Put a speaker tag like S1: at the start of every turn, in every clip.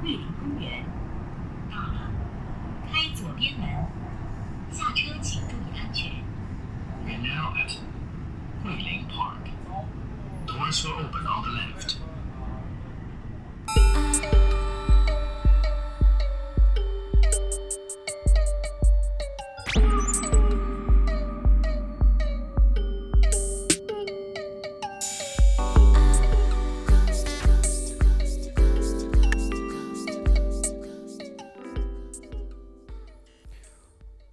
S1: 桂林公园。到了，开左边门，下车请注意安全。
S2: We're now at Guilin Park. Doors will open on the left.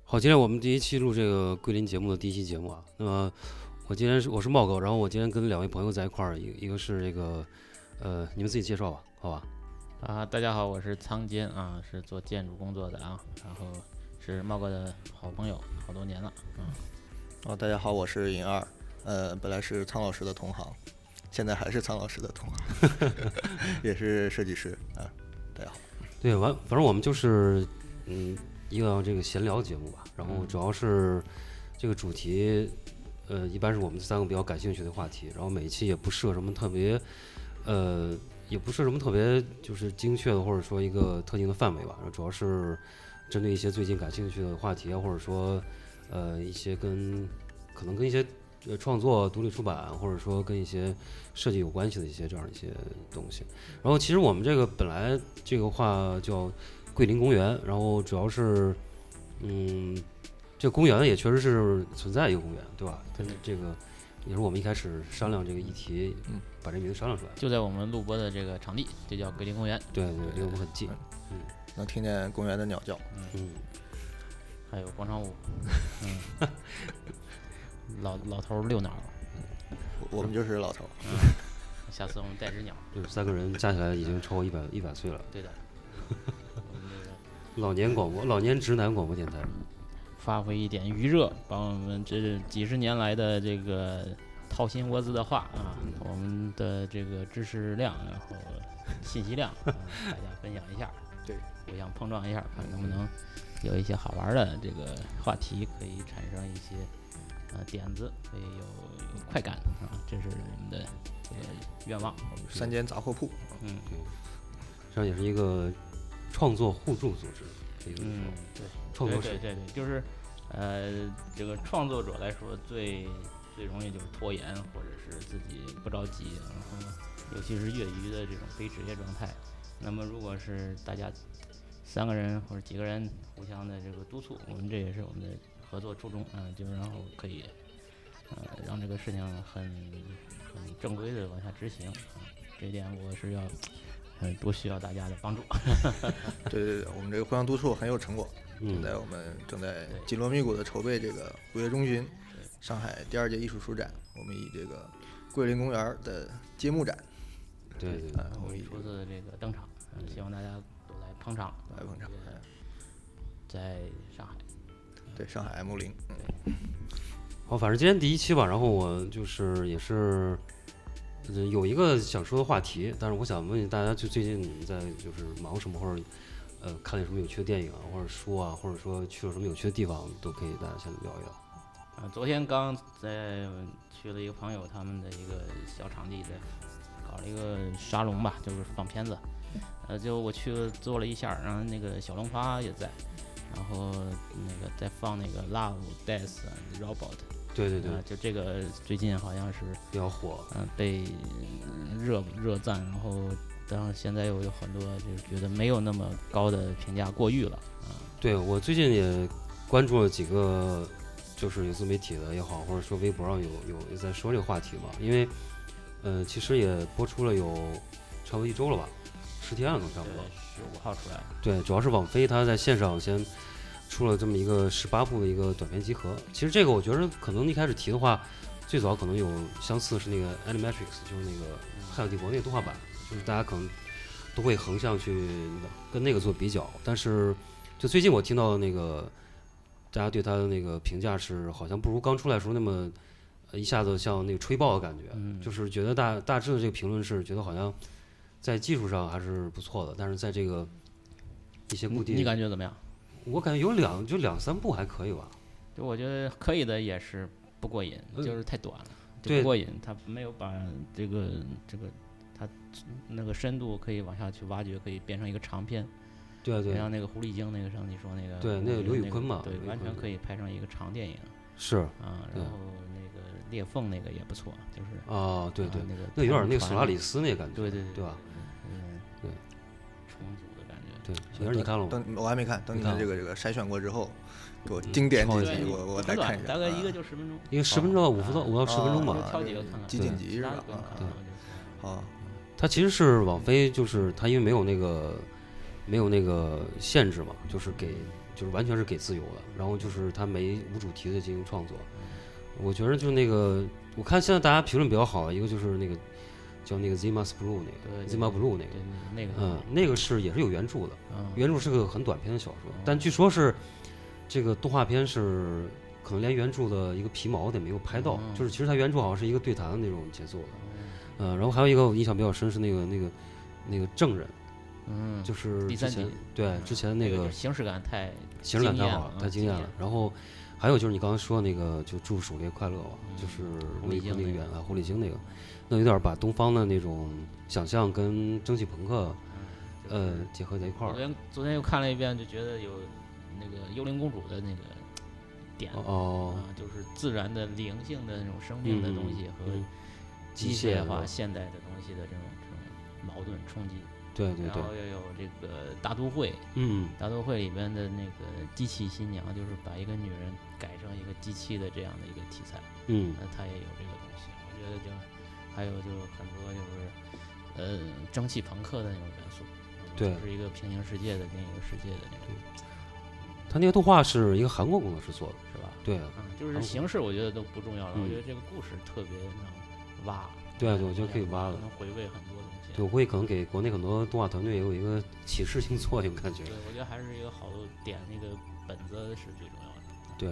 S3: 好，今天我们第一期录这个桂林节目的第一期节目啊，那么我今天是我是茂哥，然后我今天跟两位朋友在一块儿，一个一个是这个，呃，你们自己介绍吧，好吧？
S4: 啊，大家好，我是仓坚啊，是做建筑工作的啊，然后是茂哥的好朋友，好多年了。
S5: 哦，大家好，我是尹二，呃，本来是苍老师的同行，现在还是苍老师的同行， 也是设计师啊。
S3: 对，完，反正我们就是嗯一个这个闲聊节目吧，然
S4: 嗯
S3: 后主要是这个主题，呃，一般是我们三个比较感兴趣的话题，然后每一期也不设什么特别，呃，也不是什么特别就是精确的或者说一个特定的范围吧，然后主要是针对一些最近感兴趣的话题啊，或者说呃一些跟可能跟一些。呃，创作、独立出版，或者说跟一些设计有关系的一些这样一些东西。然后，其实我们这个本来这个话叫桂林公园，然后主要是，嗯，这公园也确实是存在一个公园，对吧？但是这个也是我们一开始商量这个议题，
S5: 嗯
S3: 把这名字商量出来的。
S4: 就在我们录播的这个场地，就叫桂林公园。
S3: 对对，离我们很近。
S5: 能听见公园的鸟叫，
S3: 嗯，
S4: 还有广场舞，嗯，老老头儿遛鸟儿，
S5: 我我们就是老头儿。
S4: 下次我们带只鸟。
S3: 就是三个人加起来已经超过一百一百岁了。
S4: 对的，我们这个
S3: 老年广播，老年直男广播电台。
S4: 发挥一点余热，把我们这几十年来的这个掏心窝子的话啊，我们的这个知识量，然后信息量，啊大家分享一下，
S5: 对，
S4: 互相碰撞一下，看能不能有一些好玩儿的这个话题，可以产生一些呃点子，可以有有快感啊，这是我们的这个愿望。
S5: 三间杂货铺，
S4: 嗯
S3: 对，实际上也是一个创作互助组织，可以这么说。
S4: 嗯，对。
S3: 创作
S4: 对
S3: 室。
S4: 对对对，就是呃，这个创作者来说最最容易就是拖延，或者是自己不着急，然后尤其是业余的这种非职业状态。那么如果是大家三个人或者几个人互相的这个督促，我们这也是我们的合作初衷啊、就是然后可以呃让这个事情很很正规的往下执行啊、这一点我是要嗯多需要大家的帮助。
S5: 对对对，我们这个互相督促很有成果。
S3: 嗯
S5: 现在我们正在紧锣密鼓的筹备这个五月中旬上海第二届艺术书展，我们以这个桂林公园的揭幕展
S3: 对对对
S5: 啊，我们以
S4: 初次嗯这个登场，嗯希望大家都来捧场，
S5: 来捧场
S4: 这个在上海，
S5: 对上海 M 零，嗯
S3: 好，反正今天第一期吧，然后我就是也是，呃，有一个想说的话题，但是我想问问大家，就最近你们在就是忙什么，或者呃看了什么有趣的电影啊，或者书啊，或者说去了什么有趣的地方，都可以大家先聊一聊。
S4: 啊，昨天刚在去了一个朋友他们的一个小场地，在搞了一个沙龙吧，就是放片子，呃，就我去做了一下儿，然后那个小龙花也在，然后那个在放那个 Love Death and Robot，
S3: 对对对，
S4: 啊，就这个最近好像是
S3: 比较火。
S4: 嗯、被热热赞，然后当然现在又有很多就是觉得没有那么高的评价过誉了啊、
S3: 对我最近也关注了几个，就是有自媒体的也好，或者说微博上有有有在说这个话题嘛，因为呃其实也播出了有差不多一周了吧，十天了都差
S4: 对
S3: 不多。，
S4: 十五号出来，
S3: 对，主要是网飞它在线上先出了这么一个十八部的一个短片集合。其实这个我觉得可能一开始提的话，最早可能有相似是那个 Animatrix，就是那个《汉有帝国》那个动画版，就是大家可能都会横向去跟那个做比较。但是就最近我听到那个大家对它的那个评价是，好像不如刚出来的时候那么呃一下子像那个吹爆的感觉。
S4: 嗯，
S3: 就是觉得大大致的这个评论是觉得好像在技术上还是不错的，但是在这个一些
S4: 你
S3: 固定，
S4: 你感觉怎么样？
S3: 我感觉有两就两三部还可以吧。
S4: 就我觉得可以的也是不过瘾，
S3: 嗯
S4: 就是太短了，就
S3: 对
S4: 不过瘾，他没有把这个这个他它那个深度可以往下去挖掘，可以变成一个长片。
S3: 对啊对
S4: 像那个《狐狸精》那个上你说那个，
S3: 对那
S4: 那
S3: 个刘宇昆嘛
S4: 对
S3: 刘，宇
S4: 完全
S3: 昆
S4: 可以拍成一个长电影
S3: 是
S4: 啊。
S3: 对
S4: 然后那个裂缝那个也不错，就是
S3: 啊，对
S4: 啊
S3: 对，
S4: 那个
S3: 那有点
S4: 船
S3: 那个索拉里
S4: 船
S3: 斯那感觉，
S4: 对对对
S3: 对吧？
S4: 嗯
S3: 对
S4: 重组的感觉。
S3: 对，小杨你看了吗？
S5: 等我还没看，等你
S3: 你看
S5: 们这个这个筛选过之后，给我经典
S3: 挑
S5: 几
S3: 一
S5: 集，
S3: 集
S5: 我我
S4: 很
S5: 再
S4: 短
S5: 看一下。
S4: 大概一个
S5: 啊
S4: 就十分钟，
S3: 因为十分钟到啊五分到五到十分钟吧。
S5: 啊
S4: 就挑几个看看
S5: 集锦
S3: 对
S5: 集
S4: 其
S5: 是
S4: 他
S5: 吧
S4: 的不？用
S5: 啊
S4: 看
S3: 对
S4: 了，我就
S5: 好，
S3: 它其实是网飞，就是它因为没有那个没有那个限制嘛，就是给就是完全是给自由的，然后就是它没无主题的进行创作。
S4: 嗯
S3: 我觉得就那个，我看现在大家评论比较好，一个就是那个叫那个 Zima Blue 那
S4: 对
S3: 个
S4: 对
S3: Zima Blue 那
S4: 对
S3: 个，
S4: 那个
S3: 嗯，那个是也是有原著的，
S4: 嗯
S3: 原著是个很短篇的小说，但据说是这个动画片是可能连原著的一个皮毛都没有拍到，
S4: 嗯
S3: 就是其实它原著好像是一个对谈的那种节奏的，嗯、然后还有一个我印象比较深是那个那个那个证人，
S4: 嗯，
S3: 就是
S4: 第
S3: 之
S4: 三集
S3: 前对之前
S4: 那
S3: 那个
S4: 就形式感太
S3: 形式感
S4: 惊
S3: 太
S4: 艳
S3: 好
S4: 了
S3: 了
S4: 嗯，
S3: 太惊艳
S4: 惊
S3: 了
S4: 艳。
S3: 然后还有就是你刚刚说那个就祝鼠类快乐嘛，就是
S4: 嗯狐
S3: 刘
S4: 狸
S3: 亦
S4: 精
S3: 昆那个
S4: 那
S3: 原
S4: 个
S3: 啊狐狸精那个，那有点把东方的那种想象跟蒸汽朋克
S4: 嗯就是
S3: 呃结合在一块
S4: 昨
S3: 儿。
S4: 天昨天又看了一遍，就觉得有那个幽灵公主的那个点
S3: 哦哦，
S4: 啊，就是自然的灵性的那种生命的东西和
S3: 嗯
S4: 机
S3: 械
S4: 械
S3: 的
S4: 化现代的东西的这种这种矛盾冲击，
S3: 对对
S4: 然
S3: 对，
S4: 后又有这个大都会，
S3: 嗯，
S4: 大都会里边的那个机器新娘，就是把一个女人改成一个机器的这样的一个题材，
S3: 嗯
S4: 那它也有这个东西。我觉得就还有就是很多就是呃蒸汽朋克的那种元素，嗯
S3: 对
S4: 就是一个平行世界的另一个世界的那种，
S3: 他那个动画是一个韩国工作室做的，
S4: 是吧？
S3: 对
S4: 啊，就是
S3: 韩国
S4: 形式我觉得都不重要了，我
S3: 嗯
S4: 觉得这个故事特别能挖。
S3: 对啊
S4: 嗯
S3: 对我觉得可以挖了
S4: 能回味很多东西。
S3: 对，我估计可能给国内很多动画团队也有一个启示性作用，感觉
S4: 对，我觉得还是一个好点，那个本子是最重要的。
S3: 对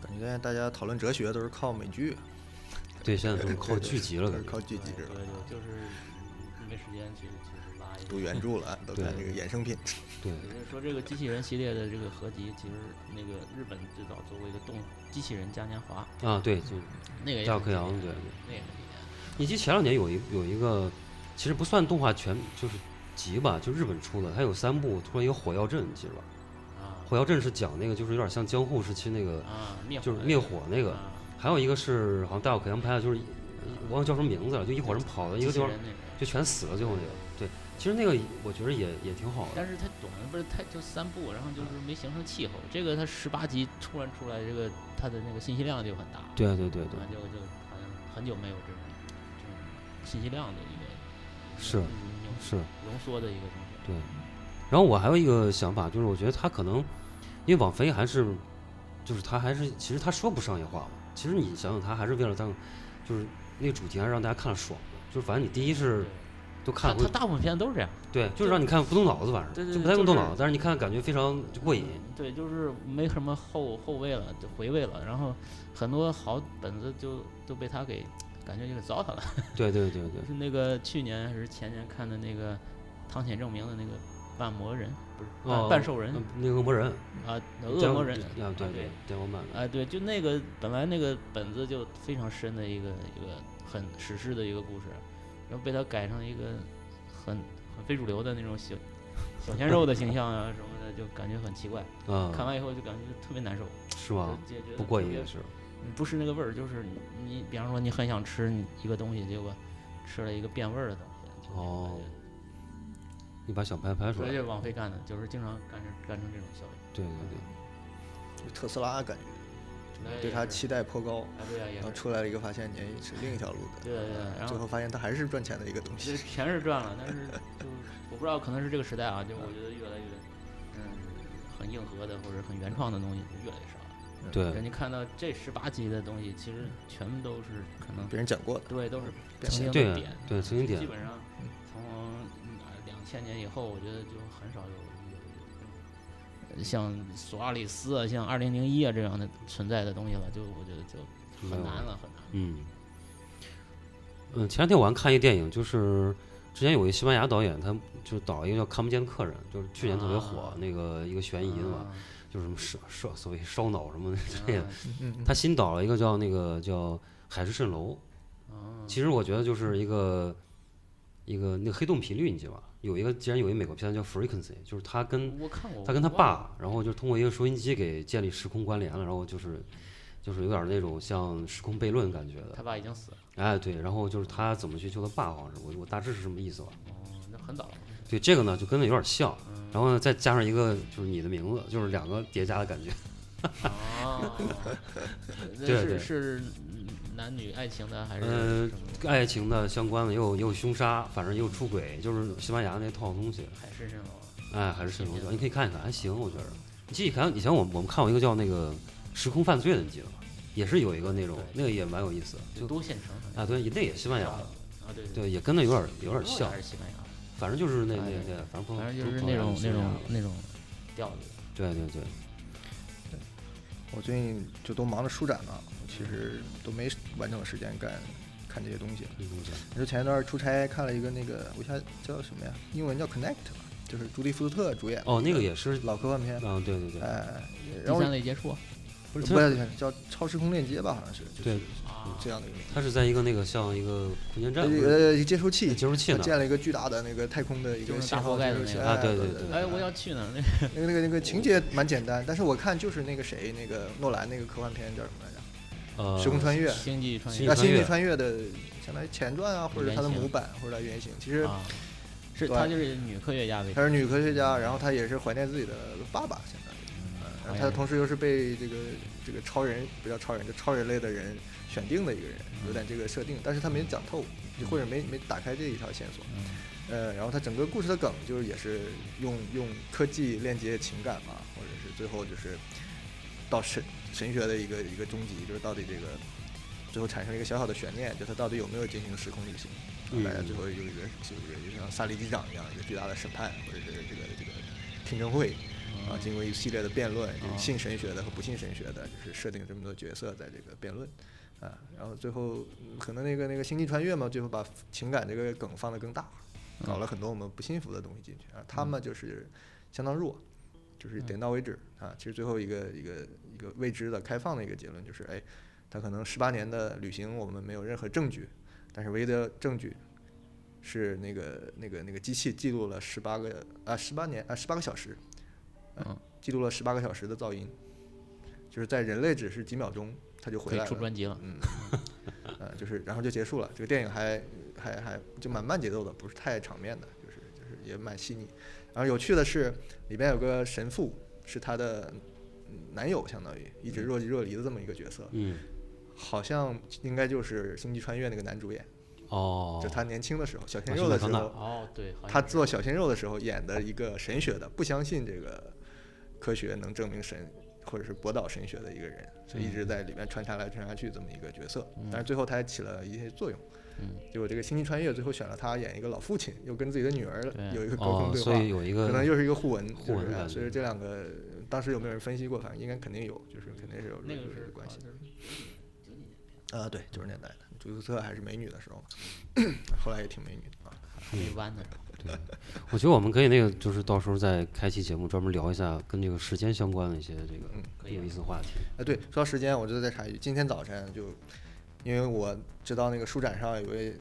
S5: 感觉大家讨论哲学都是靠美剧，
S3: 对，现在都是靠
S5: 对
S3: 剧集了，
S5: 都是
S3: 感
S5: 靠
S3: 觉
S5: 剧集
S4: 对
S5: 了，
S4: 对，对就是没时间去去拉一个
S5: 读原著了，都
S3: 对
S5: 看这个衍生品。
S3: 对
S4: 也就是说，这个机器人系列的这个合集，其实那个日本最早做过一个动机器人嘉年华，
S3: 啊对，就
S4: 那个也
S3: 赵
S4: 很
S3: 克
S4: 经
S3: 阳
S4: 典
S3: 对。
S4: 那个很经典
S3: 以及前两年有一有一个，其实不算动画全就是集吧，就日本出的，它有三部，突然一个火药阵，你记得吧？
S4: 啊
S3: 火药阵是讲那个就是有点像江户时期那个，
S4: 啊灭火
S3: 就是
S4: 的
S3: 灭火那个，
S4: 啊
S3: 还有一个是好像大有可阳拍的，就是一我忘了叫什么名字了，就一伙人跑到一
S4: 机
S3: 个
S4: 器
S3: 地方
S4: 人那个，
S3: 就全死了，最后那个。对，其实那个我觉得也也挺好的。
S4: 但是它短不是它就三部，然后就是没形成气候。这个它十八集突然出来，这个它的那个信息量就很大，
S3: 对对对对
S4: 啊，就就好像很久没有这种这种信息量的一个
S3: 是
S4: 嗯
S3: 是，
S4: 浓浓缩的一个东西。
S3: 对。然后我还有一个想法，就是我觉得他可能，因为网飞还是，就是他还是其实他说不商业化嘛，其实你想想，他还是为了当，就是那个主题还是让大家看了爽的，就是反正你第一是
S4: 对
S3: 都看
S4: 它
S3: 了会
S4: 它大部分片都是这样。
S3: 对，就是让你看不动脑子，反正
S4: 对对
S3: 就不
S4: 对
S3: 太用动
S4: 就是
S3: 脑子，但是你看感觉非常就过瘾。
S4: 嗯对，就是没什么后后味了，就回味了。然后很多好本子就都被他给感觉就给糟蹋了。
S3: 对对对对
S4: 就是那个去年还是前年看的那个汤浅证明的那个半魔人，不是半、
S3: 哦，
S4: 半兽人
S3: 嗯那个恶魔人，
S4: 啊，
S3: 僵
S4: 恶魔人
S3: 啊，对
S4: 啊对
S3: 对，电光漫，
S4: 啊，对，就那个本来那个本子就非常深的一个一个很史诗的一个故事，然后被他改成一个很很非主流的那种小小鲜肉的形象啊什么的，就感觉很奇怪。
S3: 啊，
S4: 看完以后就感觉特别难受。
S3: 是吗？
S4: 就觉得
S3: 不过
S4: 特
S3: 瘾
S4: 别嗯
S3: 也是，
S4: 不是那个味儿，就是你你比方说你很想吃你一个东西，结果吃了一个变味儿的东西。就那种
S3: 哦
S4: 感觉，
S3: 你把小拍拍出
S4: 所
S3: 来，
S4: 以
S3: 对
S4: 就是网飞干的，就是经常干成干成这种效应。
S3: 对对，
S5: 特斯拉感觉
S4: 哎
S5: 对它
S4: 也是
S5: 期待颇高，
S4: 啊对呀、也
S5: 然后
S4: 是
S5: 出来了一个发现，你是另一条路的，
S4: 对对对，然
S5: 最
S4: 后
S5: 后发现它还是赚钱的一个东
S4: 这
S5: 西。
S4: 钱是赚了，但是就是我不知道，可能是这个时代啊，就我觉得越来越嗯很硬核的或者很原创的东西就越来越少了。
S3: 对
S4: 就你看到这十八集的东西，其实全部都是可能
S5: 别人讲过的，
S4: 对都是
S5: 变
S4: 曾经
S3: 对啊
S4: 的点。
S3: 对，曾经嗯点
S4: 基本上从两千年以后，我觉得就很少有有有有像索阿里斯啊、像二零零一啊这样的存在的东西了，就我觉得就
S3: 没
S4: 很
S3: 有。
S4: 难了，很难。
S3: 嗯，嗯，前两天我还看一个电影，就是之前有一西班牙导演，他就导一个叫《看不见客人》，就是去年特别火、
S4: 啊
S3: 那个一个悬疑的嘛，
S6: 啊
S3: 就是什么烧烧所谓烧脑什么的 这个。
S5: 嗯，
S3: 他新导了一个叫那个叫《海市蜃楼》，
S4: 啊，
S3: 其实我觉得就是一个一个那个黑洞频率，你记得吧？有一个，既然有一个美国片叫《Frequency》，就是他
S4: 哦
S3: 跟
S6: 我看我
S3: 他跟他
S6: 我忘了
S3: 爸，然后就通过一个收音机给建立时空关联了，然后就是就是有点那种像时空悖论感觉的。
S6: 他爸已经死了，
S3: 哎，对，然后就是他怎么去救他爸，好像是我我大致是什么意思吧？
S6: 哦，那很早 了，
S3: 对，这个呢就跟那有点像，然后呢再加上一个就是你的名字，就是两个叠加的感觉。
S6: 哦，那
S3: 对
S6: 是
S3: 对
S6: 是男女爱情的还是
S3: 呃
S6: 什么
S3: 爱情的相关的，也有也有凶杀，反正也有出轨，就是西班牙那套东西。
S6: 海市蜃楼啊？
S3: 哎，还是神龙教，你可以看一看，还行，我觉得。你记忆看，以前我们我们看过一个叫那个《时空犯罪》的，你记得吗？也是有一个那种
S6: 对，
S3: 那个也蛮有意思的。
S6: 就
S3: 就
S6: 都县城好像
S3: 啊，对，那也西班牙的，
S6: 啊，对对，
S3: 对，也跟那有点有点
S6: 不过
S3: 像嗯
S6: 还，是西班牙的，
S3: 反正就是那那
S6: 哎
S3: 那，反正朋友
S6: 反正就是那种那种，那种调子。
S3: 对对对，
S5: 我最近就都忙着书展嘛，我其实都没完整的时间干看这些东西。
S3: 那种讲
S5: 你说前一段出差看了一个那个，我一下叫什么呀？英文叫 Connect 吧，就是朱莉·福斯特主演
S3: 哦，那个也是，
S5: 老科幻片。
S3: 嗯，对对对，
S5: 哎，然
S6: 第
S5: 后
S6: 三类接触啊，
S5: 不是
S3: 它
S5: 不是叫超时空链接吧？好像是，就是
S3: 对，
S5: 嗯
S3: 啊
S5: 这样的一个名字。
S3: 它是在一个那个像一个空间站或者
S5: 呃，一个接收器，
S3: 接收器
S5: 它
S3: 呢
S5: 建了一个巨大的那个太空的一
S6: 就是
S5: 个
S6: 大
S5: 信号
S6: 锅盖
S5: 接
S6: 的
S5: 收
S6: 那
S5: 器。
S6: 个
S5: 哎
S3: 啊对
S5: 对
S3: 对对
S6: 哎，我要去呢，那个
S5: 那个那个那个情节蛮简单，但是我看就是那个谁，那个诺兰那个科幻片叫什么来着？
S3: 呃
S5: 时空穿越。
S6: 星际穿
S3: 星
S6: 越
S5: 啊，
S3: 际
S5: 星际
S3: 穿
S5: 穿越的相当于前传啊，或者它的
S6: 原型
S5: 模板，或者它原型。其实
S6: 啊，是
S5: 对
S6: 她就是女科学家呗，
S5: 她是女科学家，然后她也是怀念自己的爸爸，相当于。然
S6: 好像
S5: 后
S4: 哎
S5: 她
S6: 是
S5: 呃同时又是被这个这个超人不叫超人，就超人类的人选定的一个人，有点这个设定，但是她没讲透，就或者没没打开这一条线索。
S6: 嗯
S5: 呃，然后它整个故事的梗就是也是用用科技链接情感嘛，或者是最后就是到神神学的一个一个终极，就是到底这个最后产生一个小小的悬念，就它到底有没有进行时空旅行？
S3: 嗯
S5: 大家最后有一个就有一个就像萨利机长一样一个巨大的审判，或者是这个这个听证会。啊，经过一系列的辩论，就是信神学的和不信神学的，就是设定这么多角色在这个辩论，啊，然后最后嗯可能那个那个星际穿越嘛，最后把情感这个梗放得更大，搞了很多我们不信服的东西进去啊，他们就是相当弱，就是点到为止啊。其实最后一个一个一个未知的开放的一个结论就是，哎，他可能十八年的旅行我们没有任何证据，但是唯一的证据是那个那个那个机器记录了十八个啊十八年啊十八个小时，啊
S6: 嗯
S5: 记录了十八个小时的噪音，就是在人类只是几秒钟他就
S6: 可
S5: 回来
S6: 以
S5: 了，
S6: 出专辑了，
S5: 嗯，呃，就是然后就结束了。这个电影还还还就蛮慢节奏的，不是太场面的，就是就是也蛮细腻。然后有趣的是，里边有个神父是她的男友，相当于一
S6: 嗯
S5: 直若即若离的这么一个角色，
S3: 嗯，
S5: 好像应该就是《星际穿越》那个男主演，
S3: 哦，
S5: 就他年轻的时候，小鲜
S3: 啊
S5: 肉
S3: 是
S5: 的时
S3: 麦当娜
S5: 候，
S6: 哦对，好像
S5: 他
S6: 是
S5: 做小鲜肉的时候演的一个神学的，不相信这个科学能证明神或者是博导神学的一个人，所以一
S3: 嗯
S5: 直在里面穿插来穿插去这么一个角色。但是最后他还起了一些作用。
S6: 嗯
S5: 结果这个《星际穿越》最后选了他演一个老父亲，又跟自己的女儿
S6: 对
S5: 有一个沟
S3: 哦
S5: 通，对话，
S3: 所以有一个
S5: 可能又是一个互文，
S3: 互文
S5: 就是
S3: 感
S5: 啊
S3: 觉
S5: 所以这两个当时有没有人分析过？反正应该肯定有，就是肯定是有
S6: 那
S5: 有
S6: 个
S5: 有
S6: 是
S5: 关系。嗯
S6: 好像是
S5: 啊，对，九十年代的朱斯特还是美女的时候嘛， 后来也挺美女的啊。
S6: 还没弯的时候，
S3: 我觉得我们可以那个，就是到时候再开期节目专门聊一下跟这个时间相关的一些这
S5: 嗯
S3: 个
S6: 可以
S3: 有
S6: 啊
S3: 意思的话题。
S5: 哎，对，说到时间，我就再插一句，今天早晨就，因为我知道那个书展上有位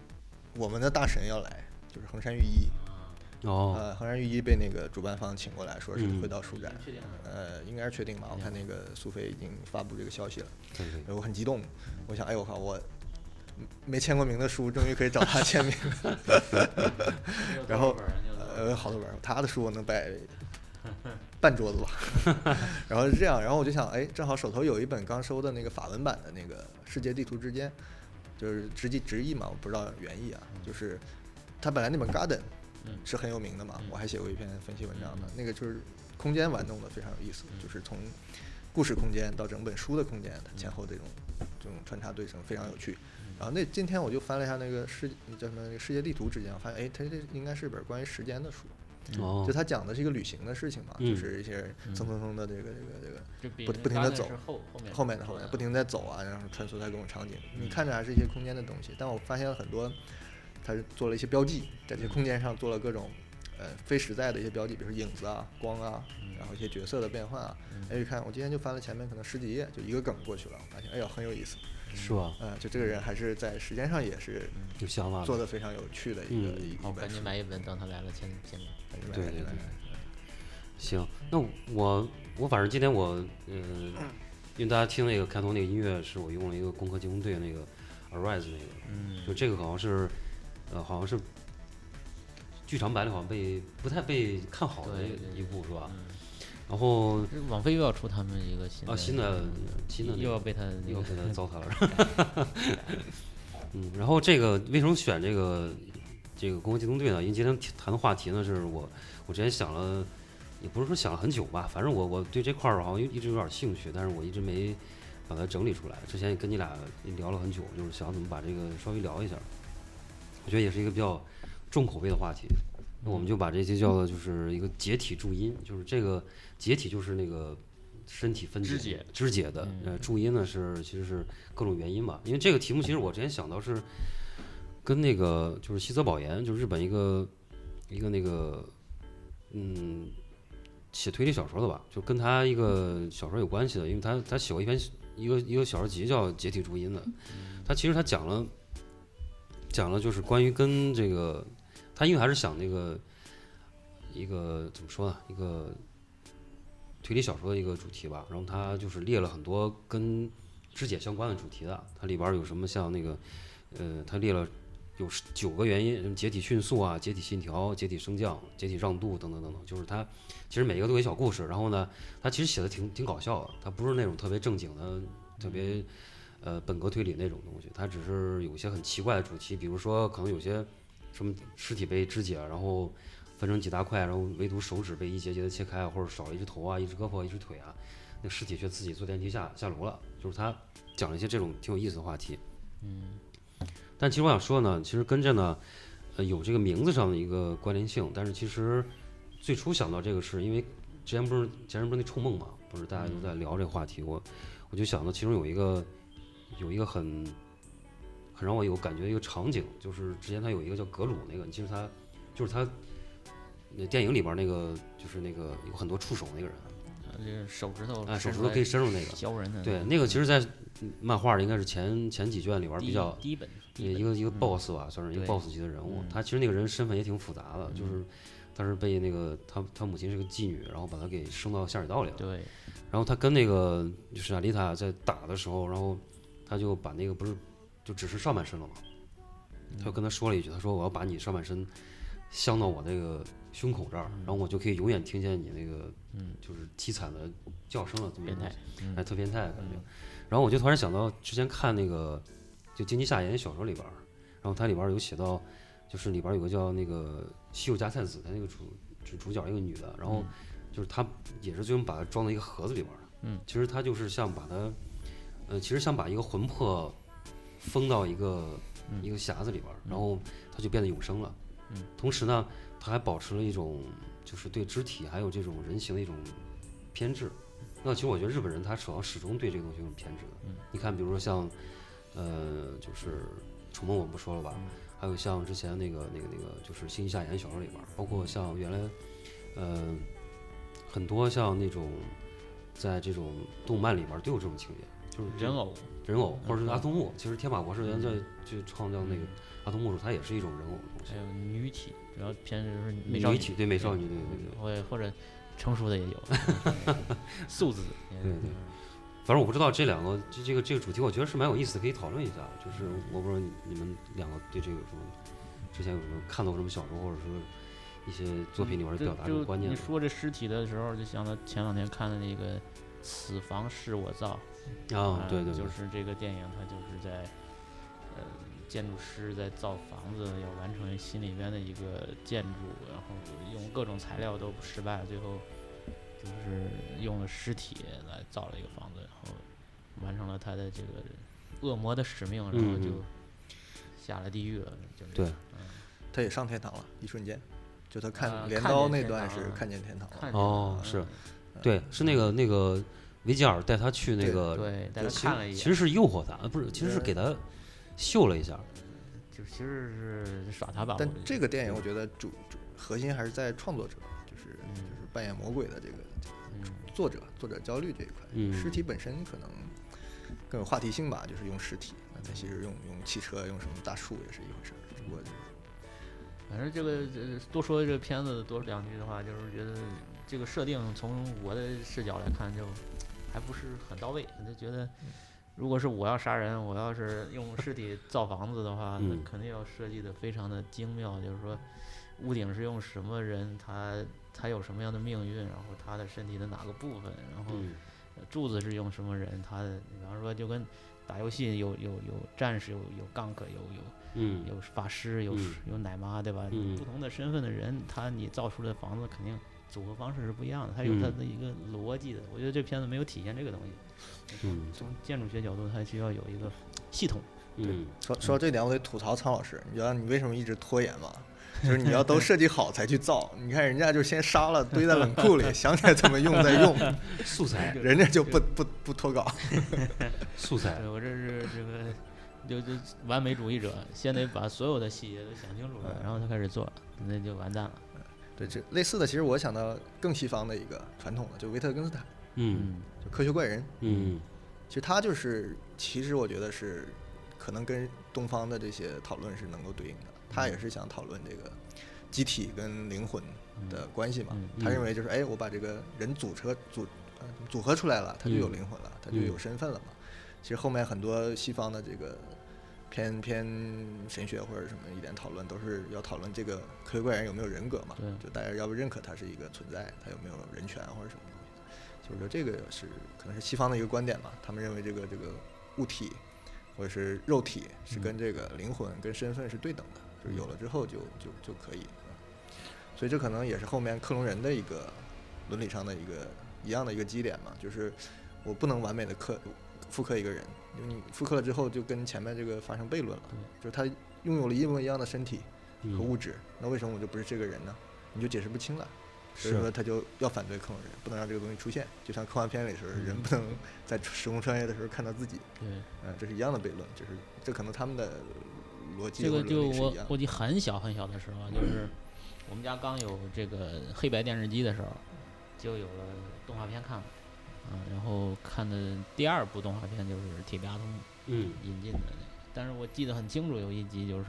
S5: 我们的大神要来，就是横山裕一，
S6: 啊
S3: 哦，
S5: 呃，横山裕一被那个主办方请过来，说是
S3: 嗯
S5: 会到书展，
S6: 确定了
S5: 呃，应该是确定吧？我看那个苏菲已经发布这个消息了，
S3: 对对。
S5: 我很激动，我想，哎，我靠，我没签过名的书，终于可以找他签名了。嗯然后呃，好多本儿，他的书我能摆半桌子吧。 然后是这样，然后我就想，哎，正好手头有一本刚收的那个法文版的那个《世界地图之间》，就是直译直译嘛，我不知道原意啊，就是他本来那本《Garden
S6: 嗯》
S5: 是很有名的嘛
S6: 嗯，
S5: 我还写过一篇分析文章的
S6: 嗯，
S5: 那个就是空间玩弄的非常有意思，就是从故事空间到整本书的空间，
S6: 嗯
S5: 它前后这种这种穿插对称非常有趣。然后那今天我就翻了一下那个世叫什么那个世界地图之间，我发现哎，它这应该是本关于时间的书，
S3: 哦
S5: 嗯就，它讲的是一个旅行的事情嘛，
S3: 嗯
S5: 就是一些人蹭蹭蹭的这个这个
S6: 就比
S5: 不
S6: 那
S5: 不停地
S6: 刚才
S5: 走
S6: 是嗯后后
S5: 这
S6: 面
S5: 个后面的后面不
S6: 停
S5: 停地在走啊，然后穿梭在各种场景，你看着还是一些空间的东西，但我发现了很多，它是做了一些标记，在
S6: 嗯
S5: 这些空间上做了各种呃非实在的一些标记，比如说影子
S6: 嗯
S5: 啊、光啊，然后一些角色的变换啊，哎，一看我今天就翻了前面可能十几页，就一个梗过去了，我发现哎呀很有意思，
S3: 是吧？
S5: 呃，就这个人还是在时间上也是
S3: 有想
S6: 嗯
S3: 法
S5: 做
S3: 的。
S5: 的非常有趣的一个
S3: 嗯
S5: 一
S6: 哦
S4: 好，
S5: 一
S4: 赶
S5: 本
S4: 紧
S5: 书。
S4: 买一本，等他来了先先买。
S5: 赶紧买
S3: 对
S5: 赶紧
S3: 对
S5: 买
S3: 对行，那我我反正今天我呃， 因为大家听那个开头那个音乐是我用了一个攻壳机动队那个 Arise 那个，
S4: 嗯，
S3: 就这个好像是呃好像是剧场版里好像被不太被看好的
S4: 对
S3: 一
S4: 对对
S3: 一部是吧？
S4: 嗯
S3: 然后
S4: 这网飞又要出他们一个新
S3: 啊新的新的那
S4: 又要
S3: 个
S4: 被他那
S3: 又
S4: 个
S3: 给他糟蹋 了。嗯，然后这个为什么选这个这个《攻壳机动队》呢？因为今天谈的话题呢，是我我之前想了，也不是说想了很久吧，反正我我对这块儿好像一直有点兴趣，但是我一直没把它整理出来。之前也跟你俩聊了很久，就是想怎么把这个稍微聊一下。我觉得也是一个比较重口味的话题。那我们就把这期叫做就是一个解体注音，就是这个解体就是那个身体分
S6: 肢
S3: 解
S6: 解
S3: 肢解的，呃，注音呢是其实是各种原因吧。因为这个题目其实我之前想到是跟那个就是西泽保研，就是日本一个一个那个嗯写推理小说的吧，就跟他一个小说有关系的，因为他他写过一篇一个一个小说集叫《解体注音》的，他其实他讲了讲了就是关于跟这个他因为还是想那个一个怎么说呢，一个推理小说的一个主题吧，然后他就是列了很多跟肢解相关的主题的，它里边儿有什么像那个呃，他列了。有十九个原因，什么解体迅速啊、解体信条、解体升降、解体让渡等等等等，就是他其实每一个都有一小故事。然后呢，他其实写的挺挺搞笑的，他不是那种特别正经的、特别呃本格推理那种东西，他只是有一些很奇怪的主题，比如说可能有些什么尸体被肢解，然后分成几大块，然后唯独手指被一节节的切开，或者少了一只头啊、一只胳膊、一只腿啊，那尸体却自己坐电梯下下楼了，就是他讲了一些这种挺有意思的话题。但其实我想说呢，其实跟这呢，呃，有这个名字上的一个关联性，但是其实最初想到这个是因为之前不是前阵不是那冲梦嘛，不是大家都在聊这个话题，我我就想到其中有一个有一个很很让我有感觉的一个场景，就是之前他有一个叫格鲁那个，其实他就是他那电影里边那个就是那个有很多触手那个人，
S4: 啊这个手嗯指头
S3: 哎，
S4: 伸
S3: 手指
S4: 出
S3: 头
S4: 来
S3: 可以伸入那个，
S4: 削人的。
S3: 对，那个其实，在漫画里应该是前前几卷里边
S6: 第
S3: 比
S6: 一
S3: 较呃
S6: 第一本第
S3: 一
S6: 一本
S3: 个一个 boss 吧，算是一个
S6: 对
S3: boss 级的人物
S4: 嗯。
S3: 他其实那个人身份也挺复杂的，就是他是被那个他他母亲是个妓女，然后把他给升到下水道里了。
S4: 对，
S3: 然后他跟那个就是阿丽塔在打的时候，然后他就把那个不是就只是上半身了嘛，
S4: 嗯
S3: 他就跟他说了一句，他说我要把你上半身镶到我那个胸口这
S4: 嗯
S3: 儿，然后我就可以永远听见你那个就是凄惨的叫声了，这么一个
S4: 变态嗯
S3: 东西，哎，特变态的感觉。然后我就突然想到之前看那个就金鸡夏言小说里边儿，然后它里边儿有写到，就是里边儿有个叫那个西柚加菜子，她那个主主主角一个女的，然后就是她也是最终把它装到一个盒子里边儿了。
S4: 嗯，
S3: 其实她就是想把它，呃，其实想把一个魂魄封到一个、一个匣子里边儿，然后她就变得永生了。嗯，同时呢，她还保持了一种就是对肢体还有这种人形的一种偏执。那其实我觉得日本人他手上始终对这个东西有种偏执的。你看，比如说像，呃，就是《楚梦》，我们不说了吧？还有像之前那个、那个、那个，就是《新夏言》小说里边儿，包括像原来，呃，很多像那种在这种动漫里边儿都有这种情节，就是这
S6: 人偶，
S3: 人偶，或者是阿童木。其实天马博士原来在去创造那个阿童木的时候，他也是一种人偶的东西
S4: 还。有女体，主要偏就是美少女，
S3: 女
S4: 嗯
S3: 体对美少女，对对对。
S4: 或者或者成熟的也 有，
S6: 素字，
S3: 对对，反正我不知道这两个这这个这个主题，我觉得是蛮有意思的，可以讨论一下。就是我不知道你你们两个对这个有什么之前有什么看到过什么小说，或者说一些作品里面的
S6: 就
S3: 表达这
S6: 就
S3: 种
S4: 嗯
S3: 观念
S6: 你。说这尸体的时候，就想到前两天看的那个《此房是我造》
S4: 嗯
S3: 啊，对对对
S6: 嗯就，是这个电影，它就是在呃建筑师在造房子，要完成心里边的一个建筑，然后用各种材料都失败了，最后就是用了尸体来造了一个房子，然后完成了他的这个恶魔的使命，然后
S3: 嗯嗯
S6: 就下了地狱了，就是
S3: 对
S5: 他也上天堂了，一瞬间，就他
S6: 啊
S5: 看镰
S6: 看
S5: 刀
S6: 见
S5: 那
S6: 天
S5: 段
S6: 堂
S5: 是
S6: 了
S5: 看见天堂了。
S6: 看见
S3: 哦，
S6: 了
S3: 是
S6: 嗯，
S3: 对，是那个那个维吉尔带他去那
S5: 对
S3: 个，
S6: 对，大家
S3: 其
S6: 看了一
S3: 实
S6: 眼，
S3: 其实是诱惑他，呃不是，其实是给他秀了一下。
S6: 就其实是耍他吧。
S5: 但
S6: 我觉得
S5: 这个
S4: 嗯
S5: 电影，我觉得主主核心还是在创作者，就是就是扮
S6: 嗯
S5: 演魔鬼的这个这个作者作者焦虑这一块。
S3: 嗯
S5: 尸体本身可能更有话题性吧，就是用实体。那它其实用用汽车、用什么大树也是一回事儿，只不过就是
S4: 反正这个这多说这个片子多两句的话，就是觉得这个设定从我的视角来看就还不是很到位，就觉得
S3: 嗯
S4: 如果是我要杀人，我要是用尸体造房子的话，那
S3: 嗯
S4: 肯定要设计的非常的精妙，就是说屋顶是用什么人，他他有什么样的命运，然后他的身体的哪个部分，然后
S3: 嗯
S4: 柱子是用什么人，他的比方说就跟打游戏有有有战士有有 gank 有有
S3: 嗯
S4: 有法师，有
S3: 嗯
S4: 有奶妈，对吧？
S3: 嗯
S4: 不同的身份的人，他你造出的房子肯定组合方式是不一样的，它有它
S3: 嗯
S4: 的一个逻辑的。我觉得这片子没有体现这个东西。
S3: 嗯
S4: 从建筑学角度，它需要有一个系统。
S3: 嗯，
S5: 说说到这点，我得吐槽苍老师，你知道你为什么一直拖延吗？就是你要都设计好才去造，你看人家就先杀了堆在冷库里，想起来怎么用再用，
S3: 素材
S5: 人家就不不不脱稿。
S3: 素材
S5: 哎
S4: 对，我这是这个。就就完美主义者，先得把所有的细节都想清楚了，然后他开始做，那就完蛋了。
S5: 哎对，这类似的，其实我想到更西方的一个传统的，就维特根斯坦，
S3: 嗯
S5: 就科学怪人。
S3: 嗯
S5: 其实他就是，其实我觉得是可能跟东方的这些讨论是能够对应的。他
S3: 嗯
S5: 也是想讨论这个机体跟灵魂
S3: 嗯
S5: 的关系嘛。他认为就是，哎，我把这个人组成组呃组合出来了，他就有
S3: 嗯
S5: 灵魂了，他就有身份了嘛。其实后面很多西方的这个偏偏神学或者什么一点讨论，都是要讨论这个科学怪人有没有人格嘛
S4: 对，
S5: 就大家要不认可他是一个存在，他有没有人权或者什么东西。就是说这个是可能是西方的一个观点吧，他们认为这个这个物体或者是肉体是跟这个灵魂跟身份是对等的，就是有了之后就就就可以。嗯所以这可能也是后面克隆人的一个伦理上的一个一样的一个基点嘛，就是我不能完美的刻复刻一个人，因为你复刻了之后就跟前面这个发生悖论了，就是他拥有了一模一样的身体和
S3: 嗯
S5: 物质，那为什么我就不是这个人呢？你就解释不清了。所以说
S3: 是
S5: 他就要反对克隆人，不能让这个东西出现。就像科幻片里时候，人不能在时空穿越的时候看到自己，
S4: 对，
S5: 嗯，这是一样的悖论，就是这可能他们的逻辑
S4: 这
S5: 或
S4: 个
S5: 者
S4: 就
S5: 伦理是
S4: 我
S5: 一样
S4: 我
S5: 的。
S4: 记得很小很小的时候啊，就是我们家刚有这个黑白电视机的时候，就有了动画片看了，嗯，然后看的第二部动画片就是《铁臂阿童木
S3: 嗯》
S4: 引进的那个，但是我记得很清楚，有一集就是，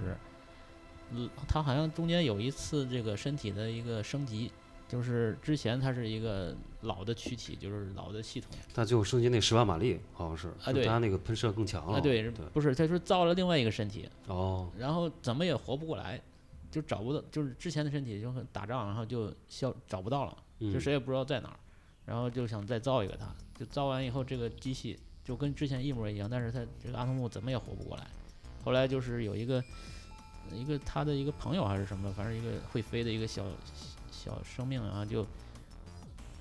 S4: 嗯，他好像中间有一次这个身体的一个升级。就是之前它是一个老的躯体，就是老的系统，
S3: 他最后升级那十万马力好像是，
S4: 啊对
S3: 他那个喷射更
S5: 哦
S3: 强了，
S4: 啊对，
S3: 对，
S4: 不是，他说造了另外一个身体，
S3: 哦，
S4: 然后怎么也活不过来，就找不到，就是之前的身体就很打仗，然后就消找不到了，
S3: 嗯
S4: 就谁也不知道在哪儿，然后就想再造一个它，就造完以后这个机器就跟之前一模一样，但是它这个阿童木怎么也活不过来。后来就是有一个一个他的一个朋友还是什么，反正一个会飞的一个小小生命啊，就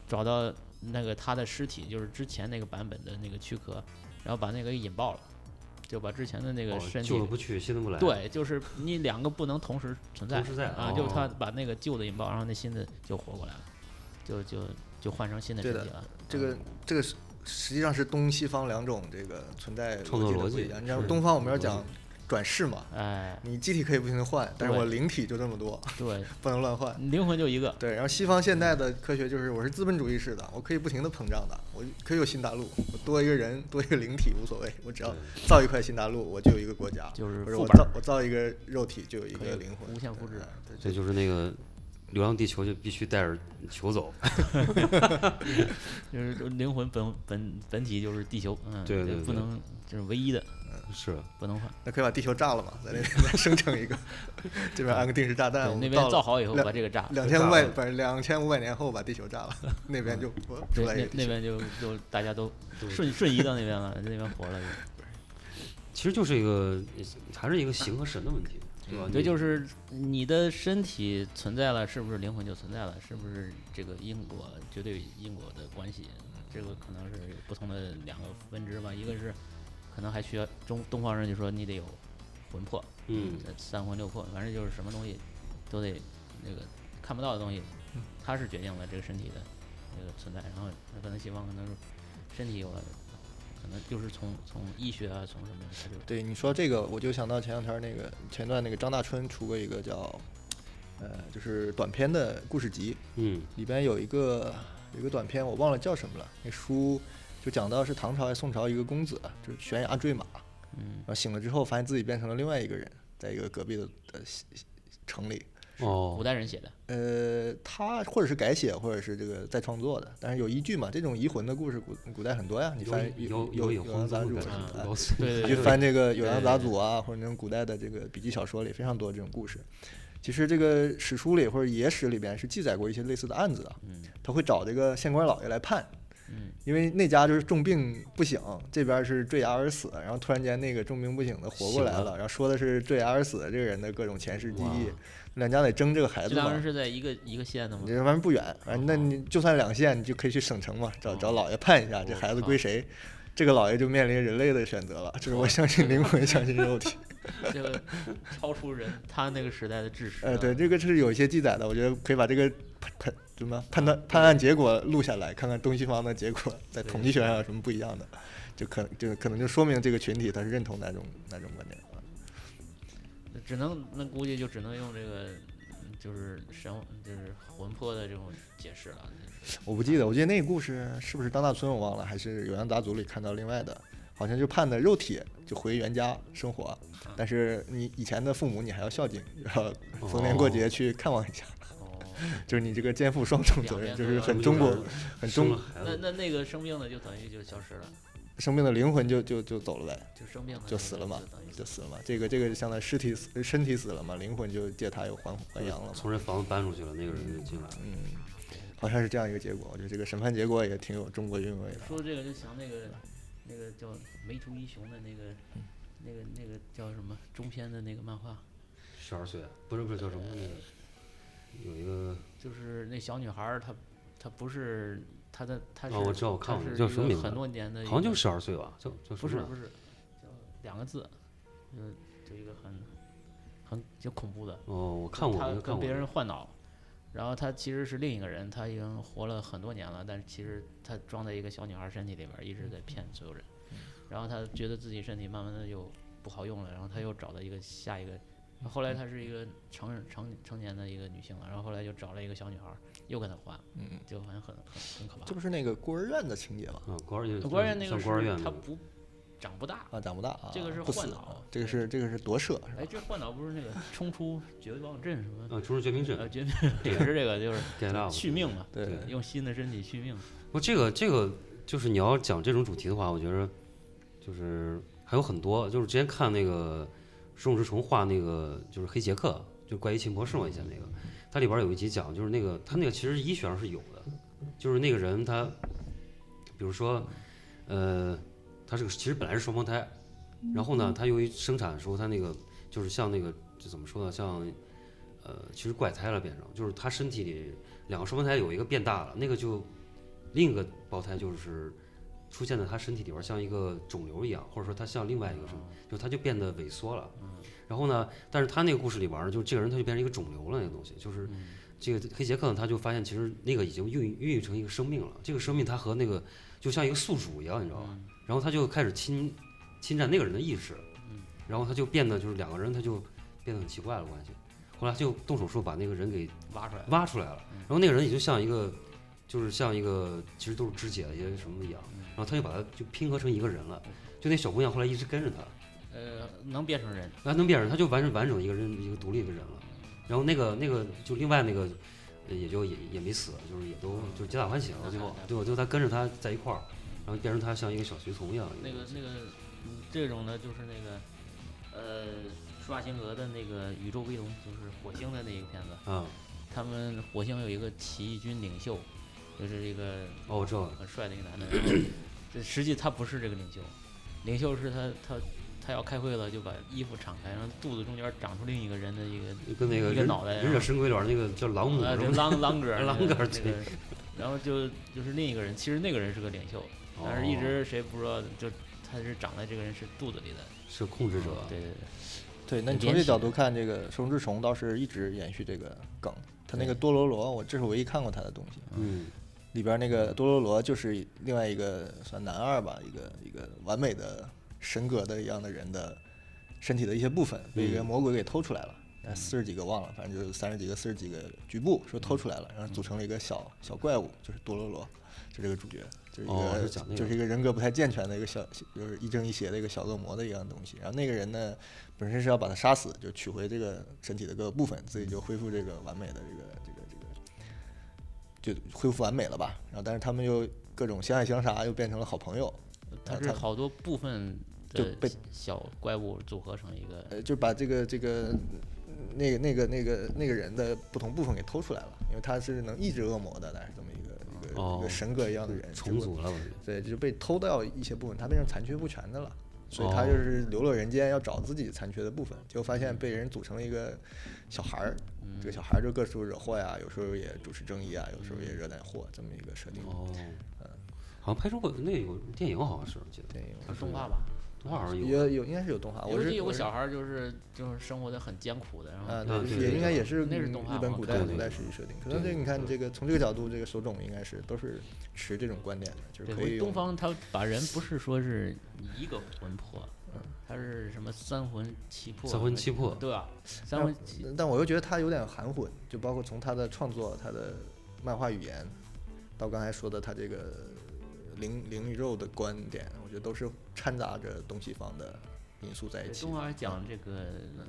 S4: 找到那个他的尸体，就是之前那个版本的那个躯壳，然后把那个给引爆了。就把之前的那个
S3: 哦
S4: 身体
S3: 旧的不去，新的不来，，
S4: 对，就是你两个不能同时存在，
S3: 同时在
S4: 啊，就是他
S3: 哦
S4: 把那个旧的引爆，然后那新的就活过来了，就就就换成新的
S5: 对
S4: 身
S5: 的
S4: 体了。
S5: 这
S3: 嗯
S5: 个这个是实际上是东西方两种这个存在
S3: 创作
S5: 的
S3: 逻
S5: 不
S3: 辑
S5: 一样。你像
S3: 是
S5: 东方我们要
S3: 逻辑
S5: 讲转世嘛，
S4: 哎，
S5: 你机体可以不停的换，但是我
S4: 对
S5: 灵体就这么多，
S4: 对，
S5: 不能乱换。
S4: 灵魂就一个，
S5: 对，然后西方现代的科学就是我是资本主义式的，我可以不停的膨胀的，我可以有新大陆，我多一个人多一个灵体无所谓，我只要造一块新大陆，我就有一个国家，
S4: 就是
S5: 或者
S4: 副
S5: 我
S4: 本
S5: 造
S4: 儿
S5: 我造一个肉体就有一
S4: 可以
S5: 个灵魂，
S4: 无限复制
S5: 对。啊对
S3: 这就是那个《流浪地球》就必须带着球走，
S4: 就是就灵魂本本本体就是地球，嗯，
S3: 对
S4: 就
S3: 对
S4: 不
S3: 对
S4: 能就是唯一的，
S3: 是，
S4: 不能换。
S5: 那可以把地球炸了嘛，在那边再生成一个，这边安个定时炸弹，
S4: 对
S5: 我，
S4: 那
S5: 们
S4: 边
S5: 到
S4: 造
S5: 了
S4: 好以后
S5: 两
S4: 把这个炸了，啊
S5: 两千五百，不是两千五百年后把地球炸了，那边就我出
S4: 对，
S5: 来一
S4: 那
S5: 个
S4: 那
S5: 地球
S4: 边就就大家都瞬瞬移到那边了，那边活了就。
S3: 其实就是一个还是一个形和神的问题，对吧？
S5: 嗯
S4: 对，
S3: 你
S4: 就是你的身体存在了，是不是灵魂就存在了？是不是这个因果绝对因果的关系？
S5: 嗯
S4: 这个可能是有不同的两个分支吧。一个是可能还需要中东方人就说你得有魂魄，
S3: 嗯
S4: 呃三魂六魄，反正就是什么东西都得那个看不到的东西，
S5: 嗯
S4: 它是决定了这个身体的那个存在。然后那可能西方可能是身体有了，可能就是从从医学啊，从什么它就
S5: 对你说这个，我就想到前两天那个前段那个张大春出过一个叫，呃，就是短篇的故事集，
S3: 嗯
S5: 里边有一个有一个短片，我忘了叫什么了。那书就讲到是唐朝还是宋朝一个公子，就是悬崖坠马，
S4: 嗯
S5: 然后醒了之后发现自己变成了另外一个人，在一个隔壁的呃西西城里，
S4: 古
S3: 哦，
S4: 代人写的，
S5: 呃，他或者是改写，或者是这个再创作的，但是有依据嘛？这种移魂的故事古古代很多呀，你翻
S3: 有有
S5: 有洋
S3: 黄
S5: 杂
S3: 的
S5: 俎
S3: 感
S5: 什么
S3: 觉，
S5: 的
S3: 老孙
S4: 对
S5: 你
S4: 对
S5: 去
S4: 对
S5: 翻这个《酉阳杂
S4: 对
S5: 俎》啊，或者那种古代的这个笔记小说里非常多这种故事。其实这个史书里或者野史里边是记载过一些类似的案子的，啊
S4: 嗯
S5: 他会找这个县官老爷来判，
S4: 嗯，
S5: 因为那家就是重病不醒，这边是坠崖而死，然后突然间那个重病不醒的活过来
S3: 醒
S5: 了，
S3: 了
S5: 然后说的是坠崖而死的这个人的各种前世记
S3: 哇
S5: 忆，两家得争这个孩
S4: 这
S5: 子
S4: 当时
S5: 嘛。
S4: 是在一个一个县的吗
S5: 你？这反正不远，反正那你就算两县，你就可以去省城嘛，找找老爷判一下，这
S4: 哦我
S5: 孩子
S4: 靠哦
S5: 归谁，这个老爷就面临人类的选择了，就是我相信灵魂，相信 肉体。
S4: 这 个超出人他那个时代的啊知识。
S5: 呃，对，，这个是有一些记载的，我觉得可以把这个判判什么判断判案结果录下来，看看东西方的结果在统计学上有什么不一样的，就可就可能就说明这个群体他是认同哪种哪种观点啊。
S4: 只能那估计就只能用这个，嗯就是神就是魂魄的这种解释 了。
S5: 我不记得，我记得那个故事是不是张大春我忘了，还是《酉阳杂俎》里看到另外的，好像就判的肉体就回原家生活，但是你以前的父母你还要孝敬，要逢年过节去看望一下，
S4: 哦，
S5: 就是你这个肩负双重责任， 就是很中国很
S3: 生
S5: 中
S3: 了孩
S4: 那
S3: 子，
S4: 那那个生病的就等于就消失了，
S5: 生病的灵魂就就就走了呗。
S4: 就生病了
S5: 就死了嘛
S4: 就等于
S5: 就死了嘛。这个这个就相当于尸体死，身体死了嘛，灵魂就借他又还还阳了嘛。
S3: 从人房子搬出去了，那个人就进来了。
S5: 嗯，好像是这样一个结果。我觉得这个审判结果也挺有中国韵味的。
S4: 说这个就想那个那个叫梅竹一雄的那个那个那个叫什么中篇的那个漫画，
S3: 十二岁，不是不是叫什么那个，有一个
S4: 就是那小女孩儿她她不是她的她是
S3: 哦我知道我看
S4: 她
S3: 过
S4: 是
S3: 叫
S4: 一
S3: 什么
S4: 个
S3: 名字
S4: 很多年的一个，
S3: 好像就十二岁吧，叫叫
S4: 不
S3: 什么
S4: 是
S3: 来着
S4: 不是叫两个字，就就一个很很就恐怖的，
S3: 哦，我看过，
S4: 他
S3: 我就看
S4: 跟
S3: 过
S4: 别
S3: 那
S4: 人
S3: 个。
S4: 换脑，然后他其实是另一个人，他已经活了很多年了，但是其实他装在一个小女孩身体里边儿，一直在骗所有人。
S3: 嗯
S4: 然后他觉得自己身体慢慢的又不好用了，然后他又找到一个下一个，
S3: 嗯
S4: 后来他是一个成人成成年的一个女性了，然后后来又找了一个小女孩儿，又跟他换，
S5: 嗯，
S4: 就好像很很很可怕。
S5: 这不是那个孤儿院的情节吗？
S3: 啊，孤儿院，
S4: 孤儿院那个
S3: 上孤儿院
S4: 是
S3: 那
S4: 他
S3: 个，
S4: 不长不大，
S5: 啊，长不大啊，
S4: 这个是
S5: 不
S4: 换
S5: 死
S4: 脑
S5: 啊，这个是这个是夺舍是吧
S4: 哎，？这换脑不是那个冲出绝望镇什么？
S3: 呃，出生绝命
S4: 呃，
S3: 镇
S4: 绝也 是这个就是
S3: ，Get Out，
S4: 续命嘛，
S5: 对
S3: 对
S4: 用新的身体续命。
S3: 不，这个这个就是你要讲这种主题的话，我觉得就是还有很多。就是之前看那个石冢治虫画那个就是黑杰克，就是怪医秦博士嘛，以前那个，它里边有一集讲，就是那个他那个其实医学上是有的，就是那个人他，比如说，呃，他是个其实本来是双胞胎，然后呢，他由于生产的时候他那个就是像那个这怎么说呢，像。呃，其实怪胎了，变成就是他身体里两个双胞胎有一个变大了，那个就另一个胞胎就是出现在他身体里边儿，像一个肿瘤一样，或者说他像另外一个什么，就他就变得萎缩了。然后呢，但是他那个故事里边儿呢，就这个人他就变成一个肿瘤了，那个东西就是这个黑杰克呢，他就发现其实那个已经孕育孕育成一个生命了，这个生命他和那个就像一个宿主一样，你知道吧？然后他就开始侵侵占那个人的意识，然后他就变得就是两个人他就变得很奇怪了关系。后来他就动手术把那个人给
S4: 挖出来。
S3: 挖出来了，
S4: 嗯
S3: 然后那个人也就像一个，就是像一个其实都是肢解的一些什么一样，
S4: 嗯
S3: 然后他就把它就拼合成一个人了，就那小姑娘后来一直跟着他，
S4: 呃，能变成人，
S3: 那能变成他就完完整的一个人一个独立一个人了，然后那个那个就另外那个呃也就也也没死，就是也
S4: 嗯
S3: 都就皆大欢喜了，最后对，就他跟着他在一块儿，然后变成他像一个小随从一样，
S4: 那个那个，嗯这种呢就是那个，呃，施瓦辛格的那个《宇宙飞龙》，就是火星的那个片子。
S3: 啊
S4: 他们火星有一个起义军领袖，就是一个
S3: 哦我知道了，
S4: 很帅的一个男的然后，这实际他不是这个领袖，领袖是他他他要开会了，就把衣服敞开，然后肚子中间长出另一个人的一个
S3: 就跟那个
S4: 一个
S3: 忍
S4: 脑袋
S3: 忍者神龟里边那个叫朗姆
S4: 啊，
S3: 什
S4: 对，
S3: 么的，
S4: 朗朗格
S3: 朗
S4: 那个
S3: 格
S4: 那个，然后就就是另一个人，其实那个人是个领袖，
S3: 哦
S4: 但是一直谁也不知道，就他是长在这个人是肚子里的。
S3: 哦是控制者，
S4: 对对对，
S5: 对，那
S4: 很
S5: 你从
S4: 编
S5: 这角
S4: 辑
S5: 度看，这个《虫之虫》倒是一直延续这个梗。他那个多罗罗，我这是唯一看过他的东西。
S3: 嗯
S5: 里边那个多罗罗就是另外一个算男二吧，一个一个完嗯美的神格的一样的人的身体的一些部分被一个魔鬼给偷出来了，然后四十几个忘了，反正就是三十几个、四十几个局部说偷出来了，然后组成了一个小小怪物，就是多罗罗，就这个主角，就是一个、
S3: 哦是讲那个
S5: 就是一个人格不太健全的一个小，就是一正一邪的一个小恶魔的一样东西。然后那个人呢，本身是要把他杀死，就取回这个身体的各个部分，自己就恢复这个完美的这个这个这个就恢复完美了吧。然后但是他们又各种相爱相杀，又变成了好朋友。
S4: 它
S5: 啊
S4: 是
S5: 它
S4: 好多部分
S5: 就
S4: 的
S5: 被
S4: 小怪物组合成一个，
S5: 呃，就把这个这个那个那个那个那个人的不同部分给偷出来了，因为他是能抑制恶魔的，但是这么一个一个、一
S3: 哦
S5: 个神格一样的人，结
S3: 重
S5: 果
S3: 组了，我觉得。
S5: 对，就被偷掉一些部分，他变成残缺不全的了。所以
S3: 哦
S5: 他就是流落人间，要找自己残缺的部分，结果发现被人组成了一个小孩儿，
S3: 嗯
S5: 这个小孩儿就各处惹祸呀，有时候也主持正义啊，有时候也惹点祸，这么一个设定。
S3: 哦，好像拍出过那有电影，好像是我记得
S5: 对，
S3: 它是
S4: 动画吧？
S3: 动画好像有啊
S5: 有有应该是有动画，啊我
S4: 尤
S5: 是
S4: 其有
S5: 我
S4: 个
S5: 是
S4: 小孩儿就是就是生活的很艰苦的，然后
S5: 啊，
S3: 啊
S5: 对，
S3: 对
S5: 是
S3: 对
S5: 也应该
S3: 对
S5: 也是
S4: 那是
S5: 嗯
S4: 动画
S5: 日本
S4: 嘛
S5: 古
S3: 对
S5: 代
S3: 对
S5: 古代
S3: 对
S5: 史剧设定。可能这个你看，这个从这个角度，这个手冢应该是都是持这种观点的，就是
S4: 对，
S5: 可以
S4: 回东
S5: 用
S4: 方他把人不是说是一个魂魄，
S5: 嗯
S4: 他是什么三魂七魄，
S3: 三魂七魄
S4: 对吧？三魂七
S5: 但我又觉得它有点含混，就包括从它的创作、它的漫画语言，到刚才说的它这个灵灵与肉的观点，我觉得都是掺杂着东西方的因素在一
S4: 对
S5: 起
S4: 动。画还讲这个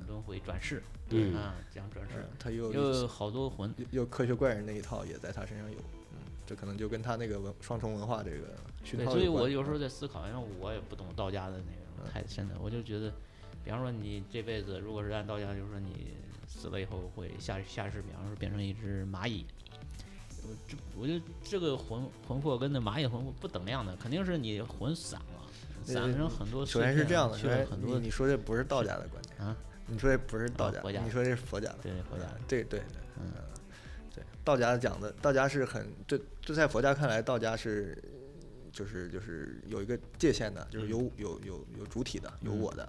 S4: 轮回转世，
S3: 嗯
S4: 啊，讲转世
S5: 嗯，，它又
S4: 有好多魂，
S5: 又又科学怪人那一套也在他身上有，嗯，这可能就跟他那个文双重文化这个熏
S4: 对，
S5: 陶
S4: 所以
S5: 有关。嗯
S4: 我有时候在思考，因为我也不懂道家的那个太深的，我就觉得，比方说你这辈子如果是按道家，就是说你死了以后会下下世，比方说变成一只蚂蚁，我这我就这个魂魂魄跟那蚂蚁魂魄不等量的，肯定是你魂散了，
S5: 对
S4: 散成很多碎
S5: 首
S4: 片啊，
S5: 先是这样的，首
S4: 去了
S5: 先
S4: 很
S5: 你
S4: 多
S5: 你说这不是道家的观点
S4: 啊，
S5: 你说这不是道
S4: 啊
S5: 家
S4: 佛家
S5: 的，
S4: 的
S5: 你说这是佛家的，
S4: 对回家
S5: 嗯，对对对，嗯，对，道家讲的，道家是很，这这在佛家看来，道家是就是就是有一个界限的，就是有有有有主体的，有我的，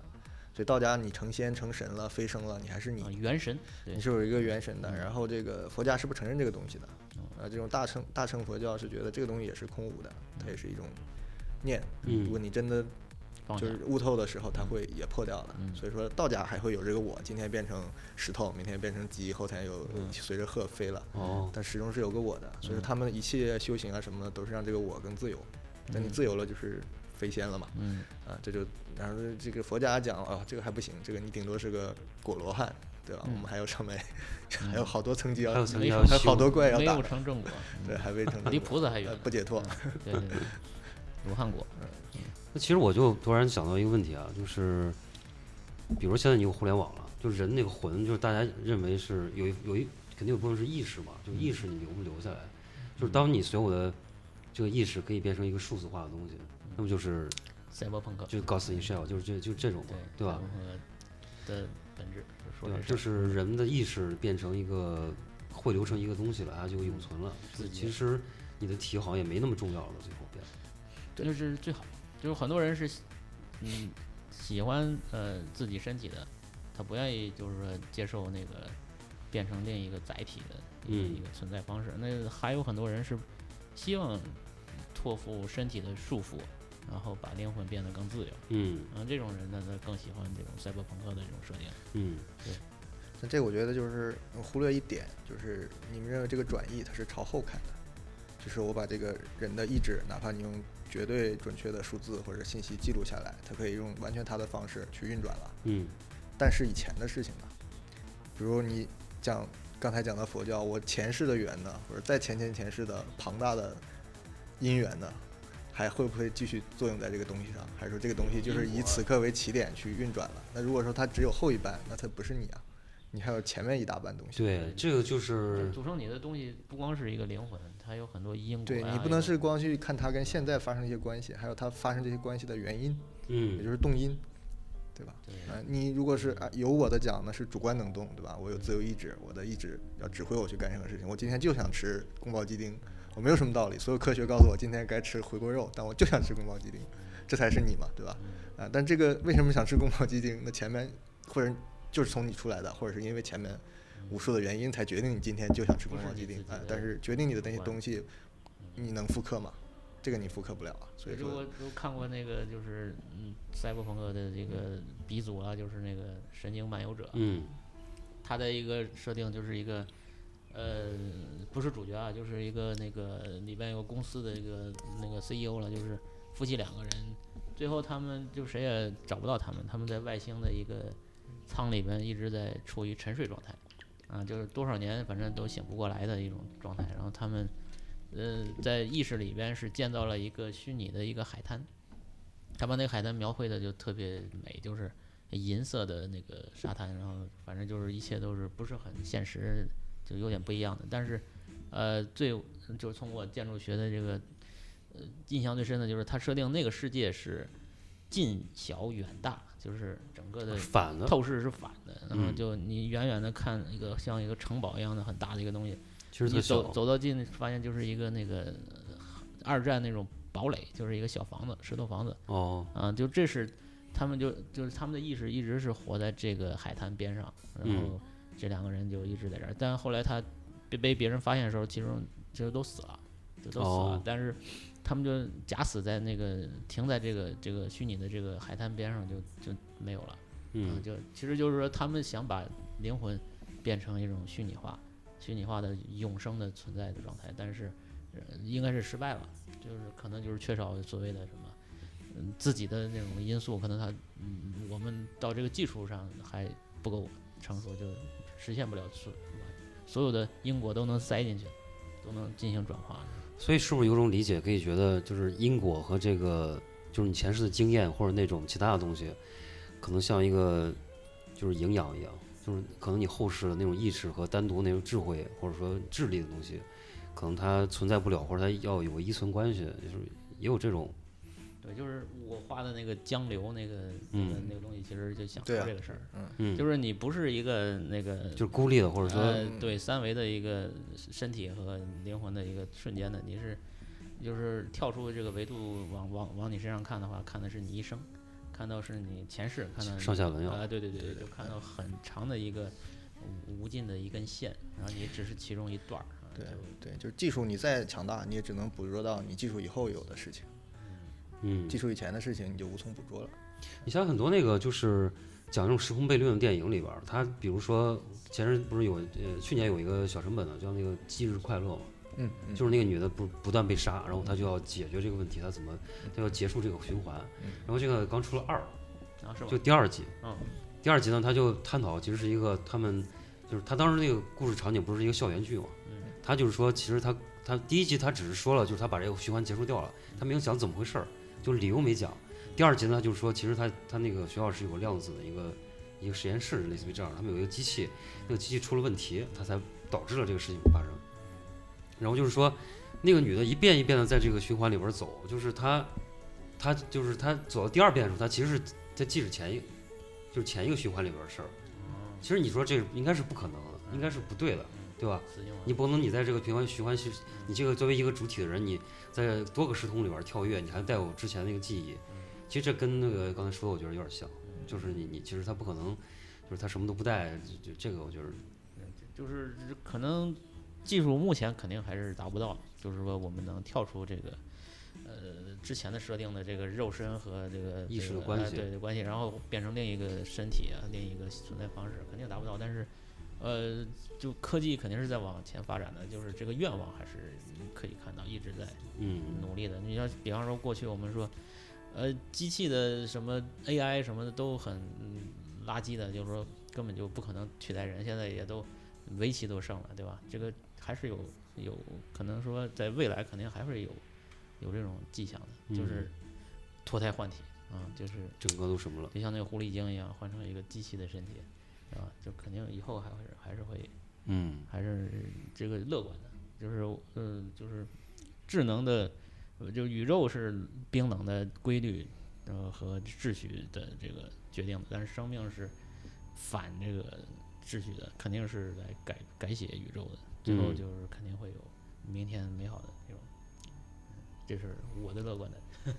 S5: 所以道家你成仙成神了，飞升了，你还是
S4: 啊
S5: 你，
S4: 元神，对
S5: 你是有一个元神的，然后这个佛家是不承认这个东西的，啊，这种大乘大乘佛教是觉得这个东西也是空无的，它也是一种念，
S3: 嗯
S5: 如果你真的
S4: 放下
S5: 就，是悟透的时候，它会也破掉的。所以说道家还会有这个我，今天变成石头，明天变成鸡，后天又随着鹤飞了。
S3: 哦，
S5: 但始终是有个我的，所以说他们一切修行啊什么的，都是让这个我更自由。那你自由了，就是飞仙了嘛。
S4: 嗯，
S5: 啊，这就然后这个佛家讲啊，这个还不行，这个你顶多是个果罗汉，对吧？我们还有上面 还有好多层级要，
S3: 还有层
S4: 没
S3: 级
S4: 有
S3: 要
S5: 还有好
S3: 修
S5: 多怪要
S4: 没
S5: 打
S4: 有，成正果，
S5: 对，还未成
S4: 离
S5: 正果
S4: 菩萨还
S5: 呃
S4: 远，
S5: 不解脱。
S4: 对对 对，罗汉果，
S3: 那其实我就突然想到一个问题啊，就是，比如现在你有互联网了，就人那个魂，就是大家认为是有一有一肯定有部分是意识嘛，就意识你留不留下来，就是当你所有的这个意识可以变成一个数字化的东西，那么就是
S4: 赛博朋克，
S3: 就 Ghost in Shell，就是这就这种嘛
S4: 对，
S3: 对吧？？
S4: 的本质就说
S3: 对吧啊
S4: 这，事
S3: 就
S4: 儿
S3: 是人的意识变成一个会留成一个东西了，它就永存了。
S4: 自己
S3: 其实你的题好像也没那么重要了，最后变。
S4: 这就是最好，就是很多人是，嗯，喜欢呃自己身体的，他不愿意就是说接受那个变成另一个载体的一个
S3: 嗯
S4: 一个存在方式。那还有很多人是希望托付身体的束缚，然后把灵魂变得更自由。
S3: 嗯
S4: 然后这种人呢，他更喜欢这种赛博朋克的这种设定。
S3: 嗯，
S5: 那这我觉得就是忽略一点，就是你们认为这个转移它是朝后看的，就是我把这个人的意志，哪怕你用绝对准确的数字或者信息记录下来，它可以用完全它的方式去运转了。
S3: 嗯
S5: 但是以前的事情呢，比如你讲刚才讲到佛教，我前世的缘呢，或者再前前前世的庞大的因缘呢，还会不会继续作用在这个东西上？还是说这个东西就是以此刻为起点去运转了？那如果说它只有后一半，那它不是你啊，你还有前面一大半东西。
S3: 对，这个就是
S4: 组成你的东西不光是一个灵魂，它有很多因果、啊。
S5: 对你不
S4: 有
S5: 能是光去看它跟现在发生一些关系，还有它发生这些关系的原因，也
S3: 嗯
S5: 就是动因，对吧？
S4: 对
S5: 啊，你如果是啊有我的讲呢，是主观能动，对吧？我有自由意志，我的意志要指挥我去干任何事情。我今天就想吃宫保鸡丁，我没有什么道理，所有科学告诉我今天该吃回锅肉，但我就想吃宫保鸡丁，这才是你嘛，对吧？啊，但这个为什么想吃宫保鸡丁？那前面或者就是从你出来的，或者是因为前面无数的原因才决定你今天就想吃宫保鸡
S4: 不是
S5: 丁
S4: 你自己
S5: 啊
S4: 的。
S5: 但是决定你的那些
S4: 主观
S5: 东西，你能复刻吗？这个你复刻不了啊。所以
S4: 如
S5: 说
S4: 果，都看过那个就是嗯，赛博朋克的这个鼻祖啊，就是那个《神经漫游者》，
S3: 嗯
S4: 它的一个设定就是一个，呃，不是主角啊，就是一个那个里边有个公司的一个那个 CEO 了，就是夫妻两个人，最后他们就谁也找不到他们，他们在外星的一个舱里边一直在处于沉睡状态，啊，就是多少年反正都醒不过来的一种状态，然后他们。呃，在意识里边是建造了一个虚拟的一个海滩，他把那个海滩描绘的就特别美，就是银色的那个沙滩，然后反正就是一切都是不是很现实，就有点不一样的。但是，呃，最就是从我建筑学的这个呃印象最深的就是它设定那个世界是近小远大，就是整个的
S3: 反了，
S4: 透视是反的，然后
S3: 嗯
S4: 就你远远的看一个像一个城堡一样的很大的一个东西。
S3: 其实特
S4: 你
S3: 小
S4: 走，走到近，发现就是一个那个呃二战那种堡垒，就是一个小房子，石头房子
S3: 哦，
S4: 啊，就这是他们就就是他们的意识一直是活在这个海滩边上，然
S3: 嗯
S4: 后这两个人就一直在这儿，但后来他被被别人发现的时候，其实其实都死了，就都死了，
S3: 哦
S4: 但是他们就假死在那个停在这个这个虚拟的这个海滩边上就，就没有了。嗯，
S3: 嗯，
S4: 就其实就是说，他们想把灵魂变成一种虚拟化、虚拟化的永生的存在的状态，但是、呃应该是失败了，就是可能就是缺少所谓的什么，嗯，自己的那种因素，可能他，嗯，我们到这个技术上还不够成熟，就实现不了所所有的因果都能塞进去，都能进行转化。
S3: 所以是不是有种理解可以觉得，就是因果和这个，就是你前世的经验或者那种其他的东西，可能像一个就是营养一样，就是可能你后世的那种意识和单独那种智慧或者说智力的东西，可能它存在不了，或者它要有个依存关系，就是也有这种，
S4: 对，就是我画的那个江流那个、那个
S3: 嗯
S4: 那个东西，其实就想说
S5: 对啊
S4: 这个事儿，
S3: 嗯，
S4: 就是你不是一个那个
S3: 就是孤立的，或者说
S4: 呃，对三维的一个身体和灵魂的一个瞬间的，你是就是跳出这个维度往往往你身上看的话，看的是你一生，看到是你前世，看
S5: 嗯
S4: 到
S3: 上
S4: 你
S3: 下文要
S5: 呃
S4: 啊，对对对对，就看到很长的一个嗯无无尽的一根线，然后你只是其中一段儿，啊
S5: 对
S4: 就
S5: 对，就是技术你再强大，你也只能捕捉到你技术以后有的事情，
S3: 嗯
S5: 技，术以前的事情你就无从捕捉了。
S3: 你像很多那个就是讲这种时空悖论的电影里边儿，它比如说前阵不是有呃去年有一个小成本的啊叫那个《忌日快乐》嘛，
S5: 嗯，嗯
S3: 就是那个女的不不断被杀，然后她就要解决这个问题，她怎么她要结束这个循环。
S5: 嗯
S3: 然后这个刚出了二，
S4: 啊是吧
S3: 就？第二集，
S4: 嗯，
S3: 第二集呢，她就探讨其实是一个他们就是她当时那个故事场景不是一个校园剧嘛，
S4: 嗯
S3: 她就是说其实她她第一集她只是说了就是她把这个循环结束掉了，她没有讲怎么回事儿，就理由没讲。第二集呢，她就是说其实她她那个学校是有量子的一个一个实验室，类似于这样，他们有一个机器，那个机器出了问题，它才导致了这个事情发生。然后就是说，那个女的一遍一遍的在这个循环里边走，就是她，她就是她走到第二遍的时候，她其实是在记着前一，就是前一个循环里边的事儿。其实你说这应该是不可能的，应该是不对的，对吧？
S4: 死因
S3: 你不能你在这个循环循环系，你这个作为一个主体的人，你在多个时空里边跳跃，你还带有之前那个记忆。其实这跟那个刚才说的，我觉得有点像，就是你你其实他不可能，就是他什么都不带，就就这个我觉得
S4: 就是可能技术目前肯定还是达不到，就是说我们能跳出这个呃之前的设定的这个肉身和这个
S3: 意识
S4: 这
S3: 的
S4: 个
S3: 关
S4: 呃
S3: 系
S4: 对对关系，然后变成另一个身体啊，另一个存在方式肯定达不到，但是。呃，就科技肯定是在往前发展的，就是这个愿望还是可以看到一直在
S3: 嗯
S4: 努力的。你要比方说过去我们说，呃，机器的什么 AI 什么的都很嗯垃圾的，就是说根本就不可能取代人。现在也都围棋都胜了，对吧？这个还是有有可能说在未来肯定还会有有这种迹象的，就是脱胎换体啊、就是
S3: 整个都什么了。
S4: 就像那个狐狸精一样，换成一个机器的身体，对吧？就肯定以后还会还是会
S3: 嗯
S4: 还是这个乐观的，就是嗯，就是智能的，呃就宇宙是冰冷的规律，呃和秩序的这个决定的，但是生命是反这个秩序的，肯定是来改改写宇宙的，最后
S3: 嗯
S4: 就是肯定会有明天美好的那种，这是我的乐观的，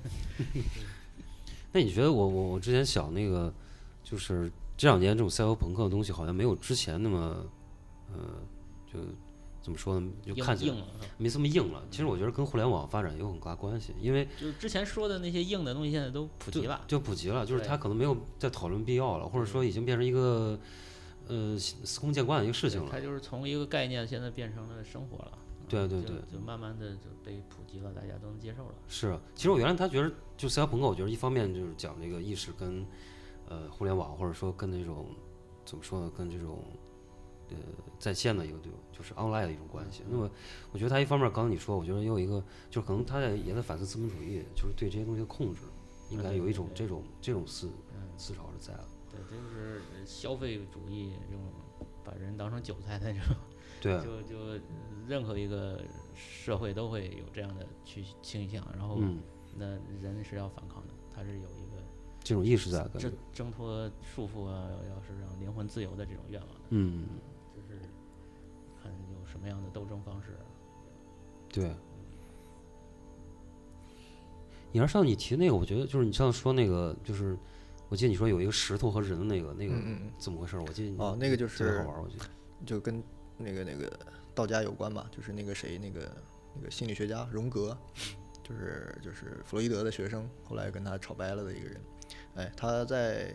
S3: 那你觉得我我我之前想那个，就是这两年这种赛博朋克的东西好像没有之前那么，呃，就怎么说呢，就
S4: 硬
S3: 看起
S4: 硬
S3: 来
S4: 了啊是吧
S3: 没这么硬了。其实我觉得跟互联网发展也有很大关系，因为
S4: 就是之前说的那些硬的东西，现在都普及了。
S3: 就普及了，就是
S4: 对嗯
S3: 它可能没有再讨论必要了，或者说已经变成一个呃司空见惯的一个事情
S4: 对
S3: 了
S4: 它。就是从一个概念现在变成了生活了。嗯
S3: 对对
S4: 就
S3: 对
S4: 就慢慢的就被普及了，大家都能接受了。
S3: 是啊，其实我原来他觉得就思想朋克，我觉得一方面就是讲这个意识跟呃互联网，或者说跟那种怎么说呢，跟这种呃在线的一个对，就是 online 的一种关系。那么我觉得他一方面刚刚你说，我觉得也有一个，就是可能他在也在反思资本主义，就是对这些东西的控制，应该有一种这种这种思思潮是在的。
S4: 对，这就是消费主义这种把人当成韭菜的那种，
S3: 对，啊
S4: 就就任何一个社会都会有这样的去倾向，然后
S3: 嗯，
S4: 那人是要反抗的，他是有一个
S3: 这种意识在的。
S4: 挣挣脱束缚啊，要是让灵魂自由的这种愿望的，
S3: 嗯，
S4: 就是看有什么样的斗争方式。
S3: 对。你要上次你提那个，我觉得就是你上次说那个，就是我记得你说有一个石头和人的那个，那个
S5: 嗯嗯嗯
S3: 怎么回事儿？我记得你
S5: 哦那个就
S3: 特别
S5: 是
S3: 好玩儿，我记得
S5: 就跟那个那个道家有关嘛，就是那个谁那个那个心理学家荣格，就是就是弗洛伊德的学生，后来跟他吵掰了的一个人。哎，他在，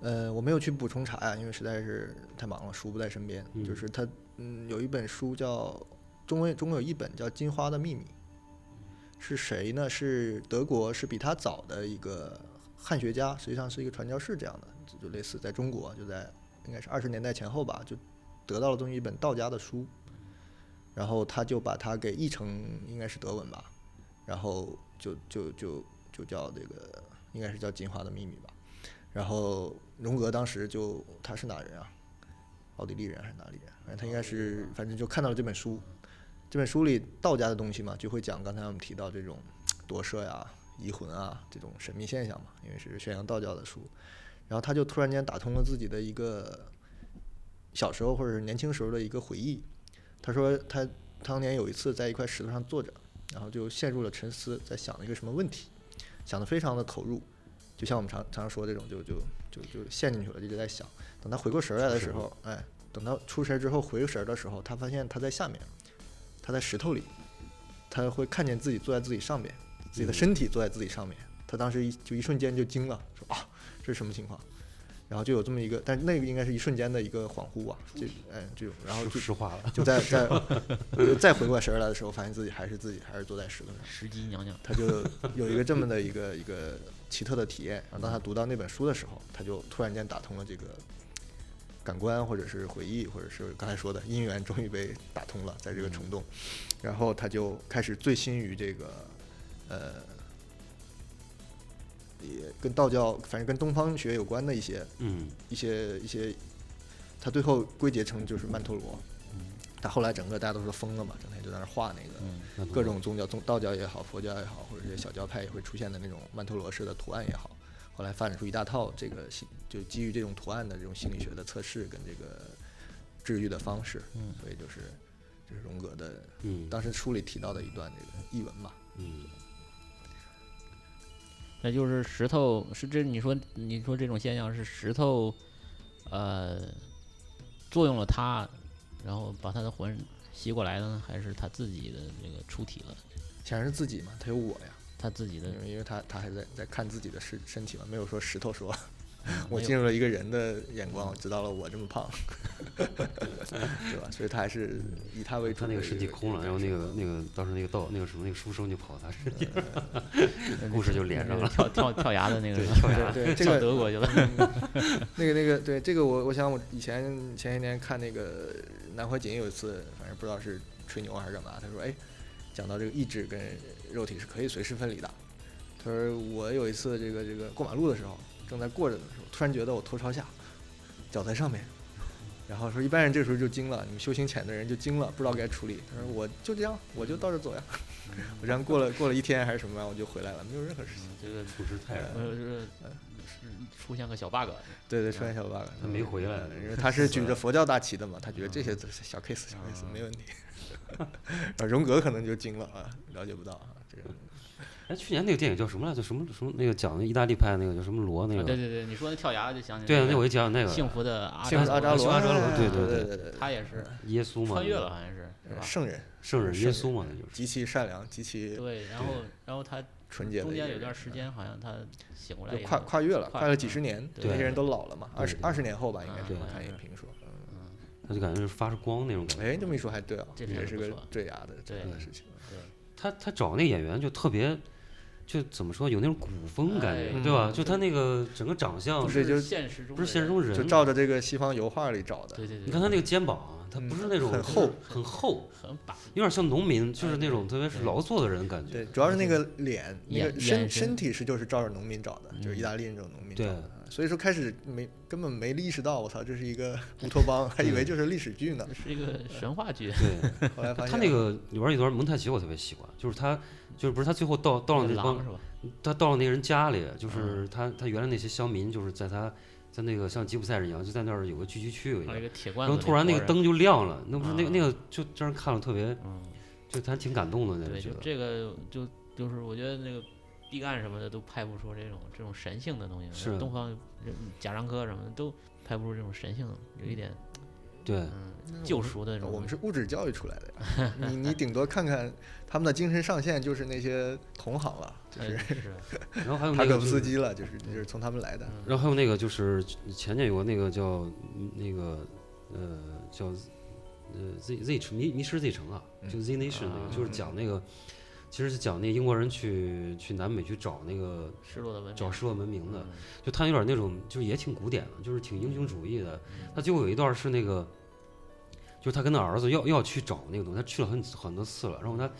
S5: 呃，我没有去补充查呀、因为实在是太忙了，书不在身边。就是他，嗯，有一本书叫中文中国有一本叫《金花的秘密》，是谁呢？是德国，是比他早的一个汉学家，实际上是一个传教士这样的，就就类似在中国，就在应该是二十年代前后吧，就得到了这么一本道家的书，然后他就把它给译成应该是德文吧，然后就就就就叫这个应该是叫《进化的秘密》吧。然后荣格当时就他是哪人啊？奥地利人还是哪里人？反正他应该是，反正就看到了这本书。这本书里道家的东西嘛，就会讲刚才我们提到这种夺舍呀、移魂啊这种神秘现象嘛，因为是宣扬道教的书。然后他就突然间打通了自己的一个小时候或者是年轻时候的一个回忆。他说他当年有一次在一块石头上坐着，然后就陷入了沉思，在想一个什么问题，想得非常的投入，就像我们常常说这种就就就就陷进去了，一直在想。等他回过神儿来的时候，哎，等他出神儿之后回神儿的时候，他发现他在下面，他在石头里，他会看见自己坐在自己上面，自己的身体坐在自己上面。他当时一就一瞬间就惊了，说啊，这是什么情况？然后就有这么一个，但是那个应该是一瞬间的一个恍惚啊，这哎这种，然后
S3: 说
S5: 就
S3: 实话了。
S5: 就在在就再回过神儿来的时候，发现自己还是自己还是坐在石头上，
S4: 石矶娘娘，
S5: 他就有一个这么的一个一个奇特的体验。然后当他读到那本书的时候，他就突然间打通了这个感官，或者是回忆，或者是刚才说的因缘，终于被打通了，在这个虫洞，然后他就开始醉心于这个呃。也跟道教，反正跟东方学有关的一些
S3: 嗯，
S5: 一些一些，他最后归结成就是曼陀罗。他后来整个大家都说疯了嘛，整天就在那儿画那个、
S3: 那不
S5: 各种宗教，宗道教也好，佛教也好，或者是小教派也会出现的那种曼陀罗式的图案也好。后来发展出一大套这个心，就基于这种图案的这种心理学的测试跟这个治愈的方式。嗯，所以就是这是荣格的，
S3: 嗯
S5: 当时书里提到的一段这个译文嘛。
S3: 嗯，
S4: 那就是石头是这你说你说这种现象是石头，呃，作用了它，然后把它的魂吸过来呢，还是他自己的这个出体了？
S5: 显然是自己嘛，他有我呀，
S4: 他自己的
S5: 因为因为他他还在在看自己的身身体嘛，没有说石头说 我
S4: 没有
S5: 进入了一个人的眼光，我知道了我这么胖， 对吧？所以他还是以他为主。
S3: 他那个身体空了，然后那个那个当时那个道那个什么那个书生就跑他身体，故事就连上了。
S4: 跳跳跳崖的那个
S5: 对对，这
S4: 跳
S5: 个
S4: 德国去 了。
S5: 那个那个对这个我我想我以前前些年看那个南怀瑾有一次，反正不知道是吹牛还是干嘛，他说哎，讲到这个意志跟肉体是可以随时分离的。他说我有一次这个这个过马路的时候，正在过着的时候，突然觉得我头朝下，脚在上面，然后说一般人这时候就惊了，你们修行浅的人就惊了，不知道该处理。他说我就这样，我就到这走呀， 我这样过了过了一天还是什么，我就回来了，没有任何事情。
S4: 这个
S3: 处之泰然，
S4: 呃就是出现个小 bug，
S5: 对
S4: 嗯
S5: 对，出现小 bug，
S3: 他没回来
S5: 嗯因为他是举着佛教大旗的嘛，他觉得这
S4: 嗯
S5: 些都是小 case 小 case 没问题。然后荣格可能就惊了啊，了解不到啊，这个
S3: 哎，去年那个电影叫什么来着？什么什么那个讲意大利派那个叫什么罗那
S4: 啊
S3: 个？
S4: 对对对，你说那跳崖就想起
S3: 对啊，
S4: 那
S3: 那
S4: 个
S3: 我就讲那个
S4: 幸福的阿
S5: 幸福的阿
S4: 扎
S5: 扎
S4: 罗啊
S5: 罗，
S3: 阿扎罗
S5: 哎
S3: 对对
S5: 对
S3: 对
S5: 对
S4: 他也是
S3: 耶稣嘛，
S4: 穿越了，好像是是吧？
S5: 圣人，
S3: 圣人
S5: 圣
S3: 耶
S5: 人
S3: 稣嘛，那就是
S5: 极其善良，极其
S4: 对，然后然后他
S5: 纯洁的
S4: 中
S5: 一
S4: 间
S5: 个
S4: 有
S5: 人
S4: 段时间好像他醒过来
S5: 就
S4: 以
S5: 跨
S4: 后
S5: 跨越了，
S4: 跨
S5: 跨了
S4: 越
S5: 几
S4: 了
S5: 十年，
S4: 对
S5: 那些人都老了嘛，二十
S3: 对
S5: 二十年后吧，应该是
S4: 啊
S5: 我看
S4: 对
S5: 影评说，嗯，
S3: 他就感觉是发着光那种感觉。
S5: 哎，这么一说还对啊，
S4: 这片
S5: 也
S4: 儿
S5: 是
S4: 不
S5: 个
S4: 错
S5: 坠崖的这
S4: 对
S5: 样的事情，
S3: 他他找那演员就特别，就怎么说有那种古风感觉，
S4: 哎
S3: 对吧？就他那个整个长相
S5: 不是就
S4: 现实中
S3: 不
S4: 的
S3: 是现实
S4: 人
S3: 中人，
S5: 就照着这个西方油画里找的
S4: 对，对对，
S3: 你看他那个肩膀啊，他不是那种
S5: 嗯很
S3: 就是
S5: 厚
S3: 很厚，
S4: 很板，
S3: 有点像农民，就是那种特别是劳作的人感觉。
S5: 对，主要是那个脸，那
S4: 眼
S5: 个
S4: 眼
S5: 身
S4: 神嗯
S5: 身体是就是照着农民找的，就是意大利那种农民找
S3: 对
S5: 的，啊所以说开始没根本没意识到，我操，这是一个乌托邦，还以为就是历史剧呢
S4: 这，是一个神话 剧，
S3: 对，
S5: 后来发
S3: 嗯
S5: 现啊
S3: 他那个里边有段蒙太奇我特别喜欢，就是他就是不是他最后到到了那帮
S4: 狼是吧？嗯
S3: 他到了那个人家里，就是他他原来那些乡民，就是在他在那个像吉普赛人一样，就在那儿有个聚居区有一
S4: 那哎
S3: 样，
S4: 个铁
S3: 然
S4: 罐
S3: 后
S4: 子，
S3: 突然那个，灯就亮了，那不是那个
S4: 啊
S3: 那个就让人看了特别
S4: 嗯，
S3: 就他挺感动的那个
S4: 对，
S3: 觉
S4: 就
S3: 得。
S4: 这个就就是我觉得那个毕赣什么的都拍不出这种这种神性的东西，
S3: 是
S4: 东方人贾樟柯什么的都拍不出这种神性，有一点
S3: 对，
S4: 嗯
S5: 嗯
S4: 救赎的那种。
S5: 我们是物质教育出来的 呀，你你顶多看看他们的精神上限就是那些同行了，就
S4: 哎
S5: 是
S4: 是
S3: 然后还有
S5: 塔
S3: 那个就
S5: 可夫
S3: 是嗯
S5: 斯基了，就是就是从他们来的。
S3: 然后还有那个就是前年有个那个叫嗯那个呃叫呃 Z Z 城迷迷失 Z 城啊，
S4: 嗯
S3: 就 Z Nation 那个，
S4: 啊
S3: 就是讲那个，其实是讲那个英国人去去南美去找那个
S4: 失落的文明，
S3: 找失落文明的
S4: 嗯，
S3: 就他有点那种就是也挺古典的，就是挺英雄主义的。
S4: 嗯
S3: 他最后有一段是那个，就是他跟他儿子要要去找那个东西，他去了很很多次了，然后他。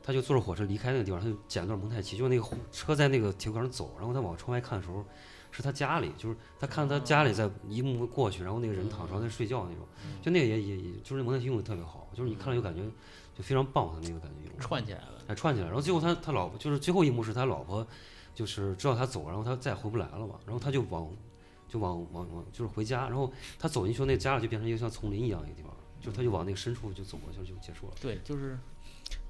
S3: 他就坐着火车离开那个地方，他就捡了段蒙太奇，就那个火车在那个铁轨上走，然后他往窗外看的时候，是他家里，就是他看他家里在一幕幕过去，然后那个人躺床在睡觉那种，
S4: 嗯
S3: 就那个也也也就是蒙太奇用的特别好，就是你看了就感觉就非常棒，他那个感觉用的
S4: 串起来了，
S3: 哎串起来，然后最后他他老婆就是最后一幕是他老婆就是知道他走，然后他再也回不来了嘛，然后他就往就往往往就是回家，然后他走进去那家里就变成一个像丛林一样一个地方，就他就往那个深处就走过去了就结束了。
S4: 对，就是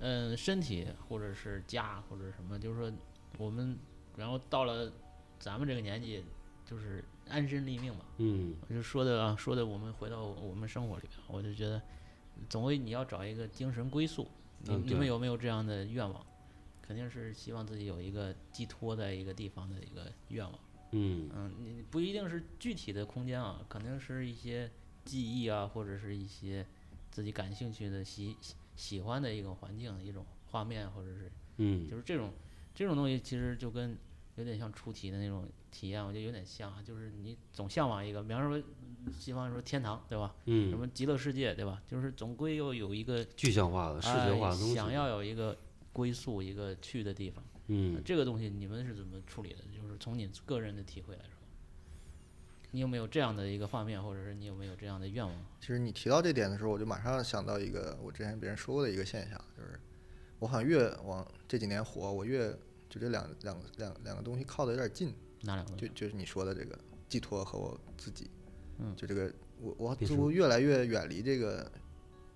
S4: 嗯，身体或者是家或者什么，就是说我们然后到了咱们这个年纪，就是安身立命嘛。
S3: 嗯，
S4: 我就说的啊，说的，我们回到我们生活里边，我就觉得，总归你要找一个精神归宿。你、
S3: 嗯
S4: 你们
S3: 对
S4: 有没有这样的愿望？肯定是希望自己有一个寄托在一个地方的一个愿望。
S3: 嗯，
S4: 嗯，你你不一定是具体的空间啊，肯定是一些记忆啊，或者是一些自己感兴趣的喜喜喜欢的一种环境、一种画面，或者是
S3: 嗯，
S4: 就是这种这种东西，其实就跟有点像出题的那种体验，我觉得有点像啊，就是你总向往一个，比方说嗯西方说天堂，对吧？什
S3: 嗯，
S4: 么极乐世界，对吧？就是总归要有一个
S3: 具象化呃的、视觉化
S4: 哎
S3: 的东西。
S4: 想要有一个归宿，一个去的地方。
S3: 嗯，
S4: 这个东西你们是怎么处理的？就是从你个人的体会来说，你有没有这样的一个画面，或者是你有没有这样的愿望？
S5: 其实你提到这点的时候，我就马上想到一个我之前别人说过的一个现象，就是我好像越往这几年活，我越就这两两两两个东西靠的有点近，
S4: 哪两个东
S5: 就
S4: 西？
S5: 就是你说的这个寄托和我自己，
S4: 嗯
S5: 就这个我我
S3: 别
S5: 似乎越来越远离这个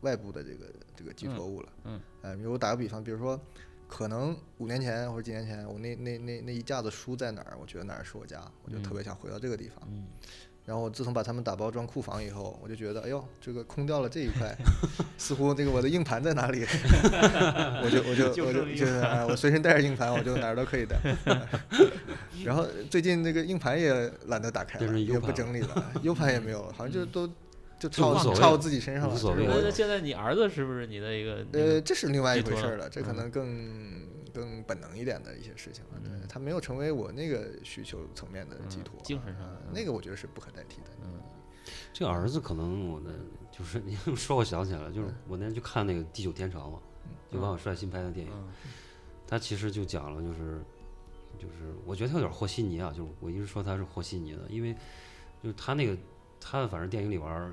S5: 外部的这个这个寄托物了，
S4: 嗯，
S5: 呃，比如我打个比方，比如说。可能五年前或者几年前，我那那那那一架子书在哪儿？我觉得哪儿是我家，我就特别想回到这个地方。
S4: 嗯，
S5: 然后我自从把它们打包装库房以后，我就觉得，哎呦，这个空掉了这一 块，似乎这个我的硬盘在哪里？我就我就我就就是哎，我随身带着硬盘，我就哪儿都可以 带。然后最近这个硬盘也懒得打开
S3: 变
S5: 了，
S3: 成 U
S5: 也不
S3: 盘
S5: 整 理了，U 盘也没有了，好像就都就
S3: 这无
S5: 抄
S3: 所谓
S5: 抄我自己身上
S3: 无
S5: 了。
S3: 所
S5: 这是
S3: 谓
S5: 我
S4: 那现在你儿子是不是你的一个？那个
S5: 呃，这是另外一
S4: 寄
S5: 回
S4: 托
S5: 事儿
S4: 了
S3: 嗯
S5: 了，这可能更更本能一点的一些事情了。
S3: 嗯
S5: 对，它没有成为我那个需求层面的寄
S4: 嗯
S5: 托，
S4: 精神上
S5: 呃
S4: 的
S5: 那个我觉得是不可代替的。
S3: 这儿子可能我的就是 你这么说，我想起来了，就是我那天去看那个《地久天长》嘛，就王小帅新拍的电影，
S4: 嗯
S3: 他其实就讲了，就是就是我觉得他有点和稀泥啊，就是我一直说他是和稀泥的，因为就是他那个他反正电影里边儿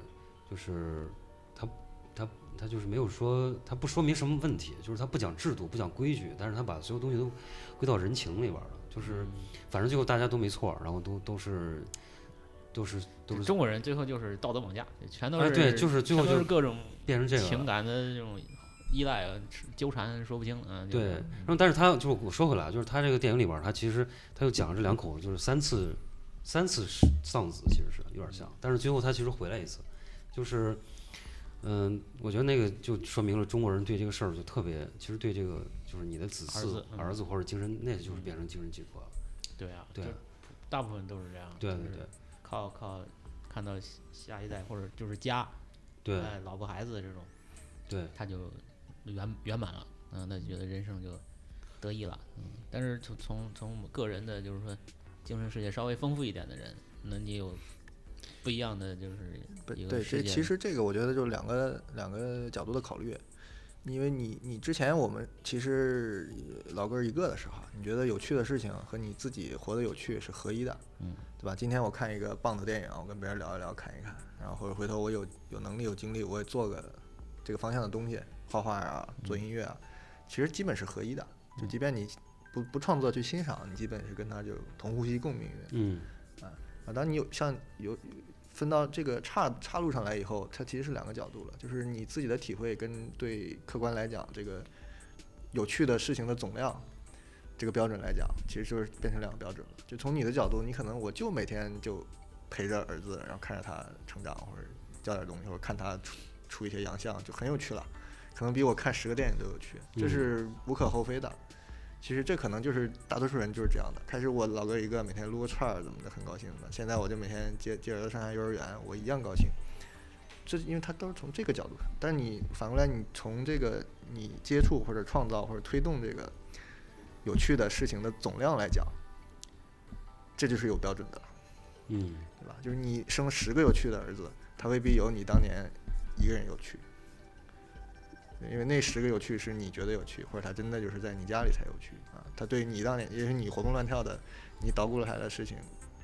S3: 就是他他他就是没有说他不说明什么问题，就是他不讲制度不讲规矩，但是他把所有东西都归到人情里边儿了，就是
S4: 嗯
S3: 反正最后大家都没错儿，然后都都是都是都是
S4: 中国人最后就是道德绑架，全都
S3: 哎
S4: 是
S3: 对就是最后
S4: 全都
S3: 就是
S4: 各种
S3: 变成这个了
S4: 情感的这种依赖啊，纠缠说不清啊。就
S3: 对，
S4: 是
S3: 然后但是他就是我说回来啊，就是他这个电影里边儿，他其实他又讲了这两口子就是三次三次是丧子，其实是有点像，但是最后他其实回来一次，就是嗯，我觉得那个就说明了中国人对这个事儿就特别，其实对这个就是你的子
S4: 儿
S3: 嗣
S4: 子、嗯
S3: 儿子或者精神，那就是变成精神寄托了。
S4: 对啊，
S3: 对
S4: 就大部分都是这样。
S3: 对
S4: 就
S3: 对
S4: 是
S3: 对
S4: 靠靠看到下下一代或者就是家，
S3: 对
S4: 哎，老婆孩子这种，
S3: 对，
S4: 他就圆圆满了，嗯，他觉得人生就得意了，嗯。但是从从从我们个人的就是说精神世界稍微丰富一点的人，那你有不一样的就是
S5: 不
S4: 一
S5: 对，
S4: 个
S5: 这
S4: 世界。
S5: 其实这个我觉得就是两个两个角度的考虑，因为你你之前我们其实呃老哥儿一个的时候，你觉得有趣的事情和你自己活得有趣是合一的，
S4: 嗯，
S5: 对吧？今天我看一个棒的电影，我跟别人聊一聊，看一看，然后或者回头我有有能力有精力，我也做个这个方向的东西，画画啊，做
S4: 嗯
S5: 音乐啊，其实基本是合一的，就即便你不不创作去欣赏，你基本是跟他就同呼吸共命运。
S3: 嗯，
S5: 啊，当你有像有分到这个岔岔路上来以后，它其实是两个角度了，就是你自己的体会跟对客观来讲这个有趣的事情的总量这个标准来讲，其实就是变成两个标准了。就从你的角度，你可能我就每天就陪着儿子，然后看着他成长，或者教点东西，或者看他出出一些洋相，就很有趣了。可能比我看十个电影都有趣，这
S3: 嗯
S5: 是无可厚非的。其实这可能就是大多数人就是这样的。开始我老哥一个每天撸个串儿怎么的，很高兴的。现在我就每天接接儿子上下幼儿园，我一样高兴。这因为他都是从这个角度看，但你反过来，你从这个你接触或者创造或者推动这个有趣的事情的总量来讲，这就是有标准的了，
S3: 嗯，
S5: 对吧？就是你生十个有趣的儿子，他未必有你当年一个人有趣，因为那十个有趣是你觉得有趣，或者他真的就是在你家里才有趣啊。他对你当年，也许你活蹦乱跳的，你捣鼓了他的事情，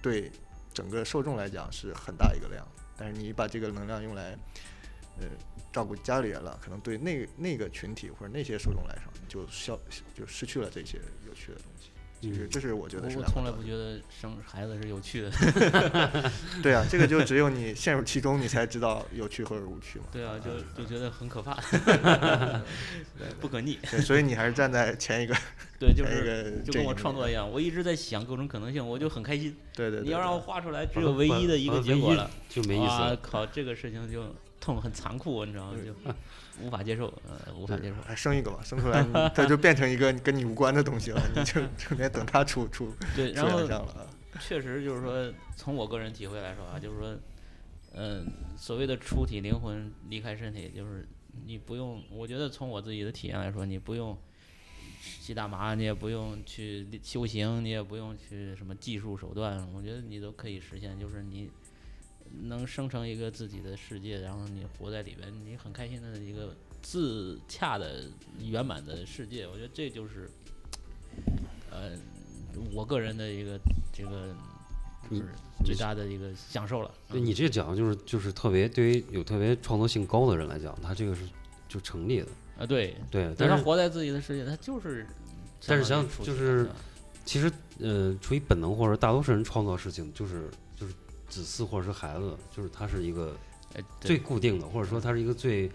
S5: 对整个受众来讲是很大一个量，但是你把这个能量用来，呃，照顾家里人了，可能对那那个群体或者那些受众来说，你就消就失去了这些有趣的东西。其实
S3: 嗯
S5: 这是我觉
S4: 我
S5: 得是
S4: 我
S5: 两个
S4: 从来
S5: 道
S4: 不
S5: 理
S4: 觉得生孩子是有 趣的，
S5: 对啊，这个就只有你陷入其中，你才知道有趣或者无趣嘛。
S4: 对啊，
S5: 嗯
S4: 就就觉得很可 怕，不可逆。
S5: 对，所以你还是站在前一个，
S4: 对，就
S5: 前一
S4: 是
S5: 个
S4: 就
S5: 阵
S4: 跟我
S5: 营里
S4: 创作
S5: 面
S4: 一样，我一直在想各种可能性，我就很开心。
S5: 对对对，
S4: 你要让我
S5: 对
S4: 画出来只有唯一的一个
S3: 啊
S4: 结
S3: 唯
S4: 果
S3: 一
S4: 了，
S3: 就没意思
S4: 啊
S3: 了。！
S4: 靠，这个事情就痛，很残酷，你知道吗？就无法接受，呃，无法接受。
S5: 还生一个吧，生出来你它就变成一个跟你无关的东西了，你就 就连等它出出
S4: 对，
S5: 出
S4: 然
S5: 洋
S4: 后
S5: 相了啊。
S4: 确实就是说，从我个人体会来说啊，就是说，嗯，所谓的出体灵魂离开身体，就是你不用，我觉得从我自己的体验来说，你不用吸大麻，你也不用去修行，你也不用去什么技术手段，我觉得你都可以实现，就是你。能生成一个自己的世界，然后你活在里边，你很开心的一个自洽的圆满的世界，我觉得这就是，呃，我个人的一个这个就
S3: 你
S4: 是最大的一个享受了。
S3: 对
S4: 嗯
S3: 你这讲就是就是特别对于有特别创作性高的人来讲，他这个是就成立的。
S4: 啊，对，
S3: 对，
S4: 但
S3: 但
S4: 他
S3: 是
S4: 活在自己的世界，他就是，
S3: 但是
S4: 相
S3: 像
S4: 当于出
S3: 就
S4: 去
S3: 是
S4: 吧
S3: 其实，呃，出于本能或者大多数人创造事情，就是就是子嗣或者是孩子，就是它是一个
S4: 呃，
S3: 最
S4: 对，
S3: 固定的，或者说它是一个最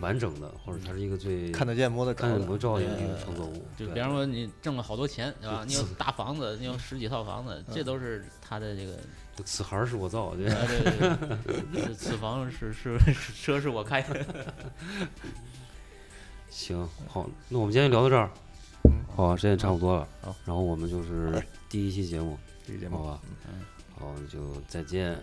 S3: 完整的，或者它是一个最
S5: 看得见摸得着
S3: 看
S5: 的
S3: 见，不照的一
S4: 呃
S3: 个创作物。
S4: 就
S3: 对
S4: 比方说你挣了好多钱，对吧？
S3: 就
S4: 你有大房子，你有十几套房子，这
S5: 嗯
S4: 都是他的这个
S3: 就此孩儿是我 造的，
S4: 啊，对对对，是此房是是是车是我开的。
S3: 行，好，那我们今天就聊到这儿，
S5: 嗯
S3: 好吧，时间也差不多了，
S4: 好
S3: 然后我们就
S5: 好
S3: 是
S5: 嘞
S3: 第一期节目，
S5: 这个节
S3: 好
S5: 目
S3: 吧，好，就再见，